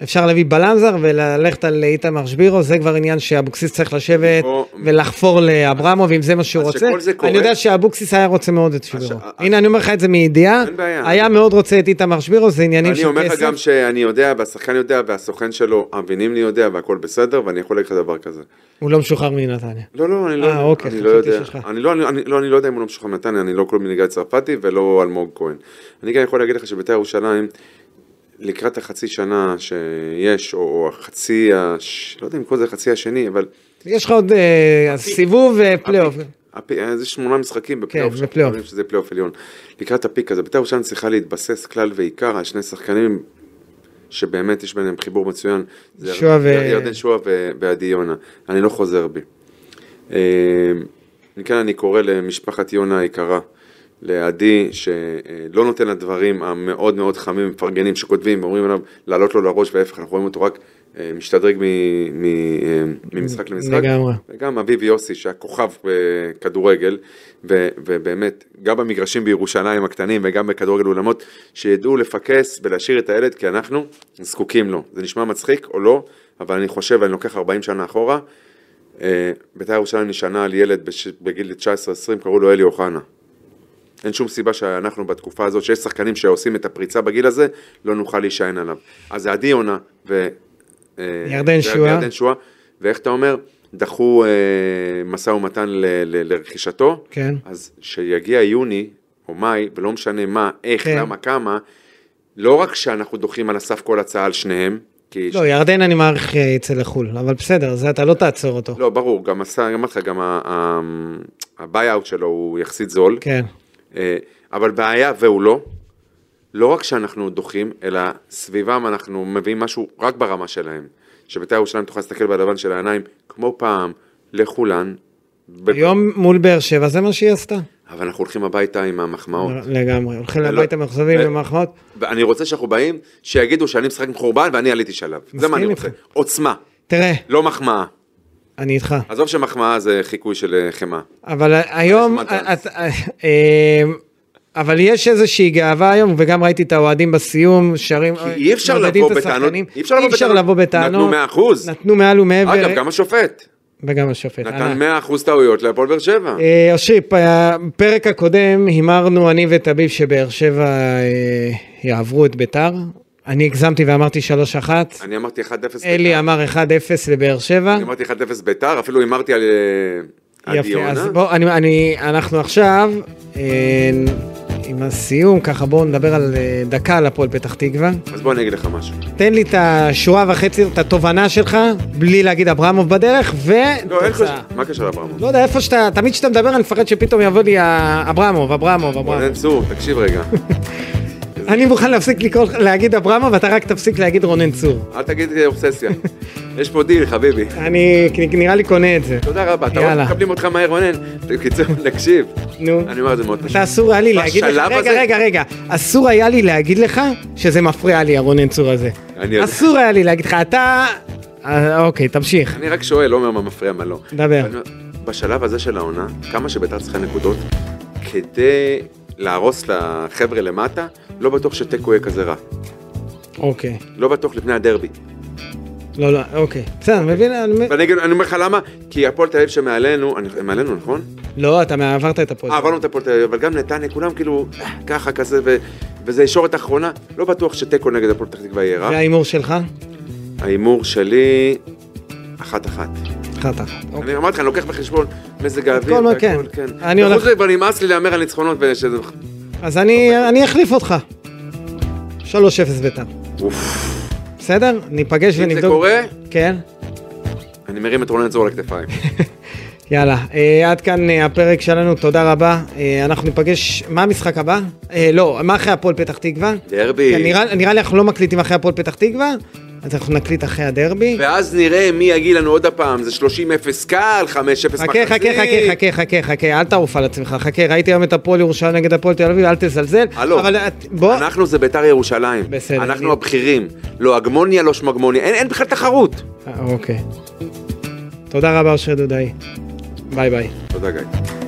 אפשר להביא בלם זר וללכת על איתמר שבירו, זה כבר עניין שאבוקסיס צריך לשבת
או-
ולחפור לאברמוב, אם זה מה שהוא
אז
רוצה.
שכל זה קורה-
אני יודע שאבוקסיס היה רוצה מאוד את שבירו.
ש-
הנה, אני אומר לך את זה מידיעה,
אין בעיה.
היה מאוד רוצה את איתמר שבירו, זה עניינים
אני
של
אומר לך
כסף.
גם שאני יודע, והשחקן יודע, והסוכן שלו, אבי נימני יודע, והכל בסדר, ואני יכול להגיד לך דבר כזה.
הוא לא משוחרר מנתניה.
לא, לא, אני לא,
אה, אוקיי,
אני לא
חשבתי
יודע.
שלך.
אני לא, אני, אני, לא, אני לא יודע אם הוא לא משוחרר מנתניה, אני לא קוראים לי גיא צרפתי ולא אלמוג כהן. אני גם יכול להגיד לך שבית"ר ירושלים, לקראת החצי שנה שיש, או, או החצי, הש... לא יודע אם כל זה חצי השני, אבל
יש לך עוד אה, סיבוב ופלייאוף.
הפ... אה, זה שמונה משחקים בפלייאוף,
כן,
שאנחנו
בפלייאוף.
יודעים שזה פלייאוף עליון. לקראת הפיק הזה, בית"ר ירושלים צריכה להתבסס כלל ועיקר על שני שחקנים שבאמת יש ביניהם חיבור מצוין. זה
שועה ו-
ירדן שועה ו- ועדי יונה. אני לא חוזר בי. אה, מכאן אני קורא למשפחת יונה היקרה, לעדי, שלא נותן לדברים המאוד מאוד חמים, מפרגנים, שכותבים ואומרים עליו לעלות לו לראש, וההפך, אנחנו רואים אותו רק אה, משתדרג מ- מ- אה, ממשחק למשחק.
לגמרי.
וגם אביב יוסי שהיה כוכב בכדורגל, ו- ובאמת, גם במגרשים בירושלים הקטנים וגם בכדורגל אולמות, שידעו לפקס ולהשאיר את הילד, כי אנחנו זקוקים לו. זה נשמע מצחיק או לא, אבל אני חושב, אני לוקח 40 שנה אחורה, אה, בית"ר ירושלים נשענה על ילד בש- בגיל 19-20, קראו לו אלי אוחנה. אין שום סיבה שאנחנו בתקופה הזאת, שיש שחקנים שעושים את הפריצה בגיל הזה, לא נוכל להישען עליו. אז זה עדי יונה ו... אה,
ירדן
ו-
שועה.
וירדן שועה, ואיך אתה אומר? דחו אה, משא ומתן ל- ל- לרכישתו.
כן.
אז שיגיע יוני או מאי, ולא משנה מה, איך,
כן.
למה, כמה, לא רק שאנחנו דוחים על הסף כל הצעה על שניהם, כי...
לא, ירדן אני מעריך אה, יצא לחו"ל, אבל בסדר, זה אתה לא תעצור אותו.
לא, ברור, גם עשה, גם אמרתי לך, גם ה- ה- ה-buyout שלו הוא יחסית זול,
כן.
אה, אבל בעיה והוא לא, לא רק שאנחנו דוחים, אלא סביבם אנחנו מביאים משהו רק ברמה שלהם. שבית"ר ירושלים תוכל להסתכל בלבן של העיניים, כמו פעם, לכולן. ב-
היום מול באר שבע זה מה שהיא עשתה.
אבל אנחנו הולכים הביתה עם המחמאות.
לא. לגמרי, הולכים
לא-
הביתה מאוכזבים
אה,
עם המחמאות.
ואני רוצה שאנחנו באים, שיגידו שאני משחק עם חורבן ואני עליתי שלב. זה
מסכים
מה אני רוצה.
איתך.
עוצמה,
תראה,
לא מחמאה.
אני איתך.
עזוב שמחמאה זה חיקוי של אה, חמאה.
אבל היום,
הזמנת.
את- אה, אמ, אבל יש איזושהי גאווה היום, וגם ראיתי את האוהדים בסיום, שרים,
כי אי אפשר
מעודדים
לבוא
אה, את
בטענות-
השחקנים.
אי אפשר לבוא בטענות. נתנו 100%.
נתנו מעל ומעבר,
אגב, גם השופט
וגם השופט. ענק.
נתן 100% טעויות להפועל באר שבע.
אה, אושרי, בפרק הקודם הימרנו אני וטביב שבאר שבע אה, יעברו את ביתר. אני הגזמתי ואמרתי 3-1,
אני אמרתי 1-0 ביתר.
אלי אמר 1-0 לבאר שבע.
אני אמרתי 1-0 ביתר, אפילו הימרתי על אה, על
יפה,
יונה.
אז בואו, אני, אני, אנחנו עכשיו, אה, עם הסיום, ככה בואו נדבר על אה, דקה על הפועל פתח תקווה.
אז בוא אני אגיד לך משהו.
תן לי את השורה וחצי, את התובנה שלך, בלי להגיד אברמוב בדרך,
לא, אין
ותוצאה.
קשר. מה קשר לאברמוב?
לא יודע, איפה שאתה, תמיד כשאתה מדבר, אני מפחד שפתאום יבוא לי ה- אברמוב, אברמוב, אברמוב.
רונן צור, תקשיב
<laughs>
רגע.
אני מוכן להפסיק לקרוא, להגיד אברמוב, ואתה רק תפסיק להגיד רונן צור.
אל תגיד לי אובססיה. יש פה דיל, חביבי.
אני נראה לי קונה את זה.
תודה רבה, אתה
יאללה.
רואה מקבלים אותך מהר רונן. בקיצור, תקשיב.
נו.
אני אומר את זה מאוד
אתה אסור היה לי להגיד לך,
בשלב
רגע,
הזה-
רגע, רגע, אסור היה לי להגיד לך שזה מפריע לי הרונן צור הזה.
אני יודע.
אסור היה לי להגיד לך, אתה... אה, אוקיי, תמשיך.
אני רק שואל, לא אומר מה מפריע, מה לא.
דבר.
אני אומר, בשלב הזה של העונה, כמה שביתר צריכה נקודות, כדי להרוס לחבר'ה למטה, לא בטוח שתיקו יהיה כזה רע.
אוקיי.
לא בטוח לפני הדרבי.
לא, לא, אוקיי. בסדר, מבין? אני מ-
ואני אגיד- אני אומר לך למה, כי הפועל תל אביב שמעלינו, אני- הם מעלינו, נכון?
לא, אתה מה- עברת את הפועל.
אה, עברנו את הפועל תל אביב, אבל גם נתניה, כולם כאילו אה, ככה, כזה, ו- וזה ישורת אחרונה, לא בטוח שתיקו נגד הפועל פתח תקווה יהיה רע.
זה ההימור שלך?
ההימור שלי, אחת-אחת.
אחת אחת. אוקיי.
אני אמרתי לך, אני לוקח בחשבון מזג האוויר.
כל מה,
והכל,
כן. אני
אני
הולך-
הולך... כבר נמאס לי להמר על ניצחונות ושזה...
אז
אוקיי.
אני אני אחליף אותך. 3-0 ביתר.
אוף.
בסדר? ניפגש
אם
ונבדוק.
זה קורה,
כן.
אני מרים את רונן צור על הכתפיים.
יאללה, אה, עד כאן אה, הפרק שלנו, תודה רבה. אה, אנחנו ניפגש, מה המשחק הבא? אה, לא, מה אחרי הפועל פתח תקווה?
דרבי.
כן, נראה, נראה לי אנחנו לא מקליטים אחרי הפועל פתח תקווה, אז אנחנו נקליט אחרי הדרבי.
ואז נראה מי יגיד לנו עוד הפעם, זה 30-0 קל, 5-0 מחצית.
חכה, חכה, חכה, חכה, חכה, חכה, אל תעוף על עצמך, חכה, ראיתי היום את הפועל ירושלים נגד הפועל תל אביב, אל תזלזל.
הלו,
אבל את- בוא,
אנחנו זה ביתר ירושלים.
בסדר, אני-
אנחנו הבכירים. לא הגמוניה, לא שמגמוניה, אין- אין בכלל תחרות.
אה, אוקיי. תודה רבה, אושרי דודאי. ביי ביי.
תודה, גיא.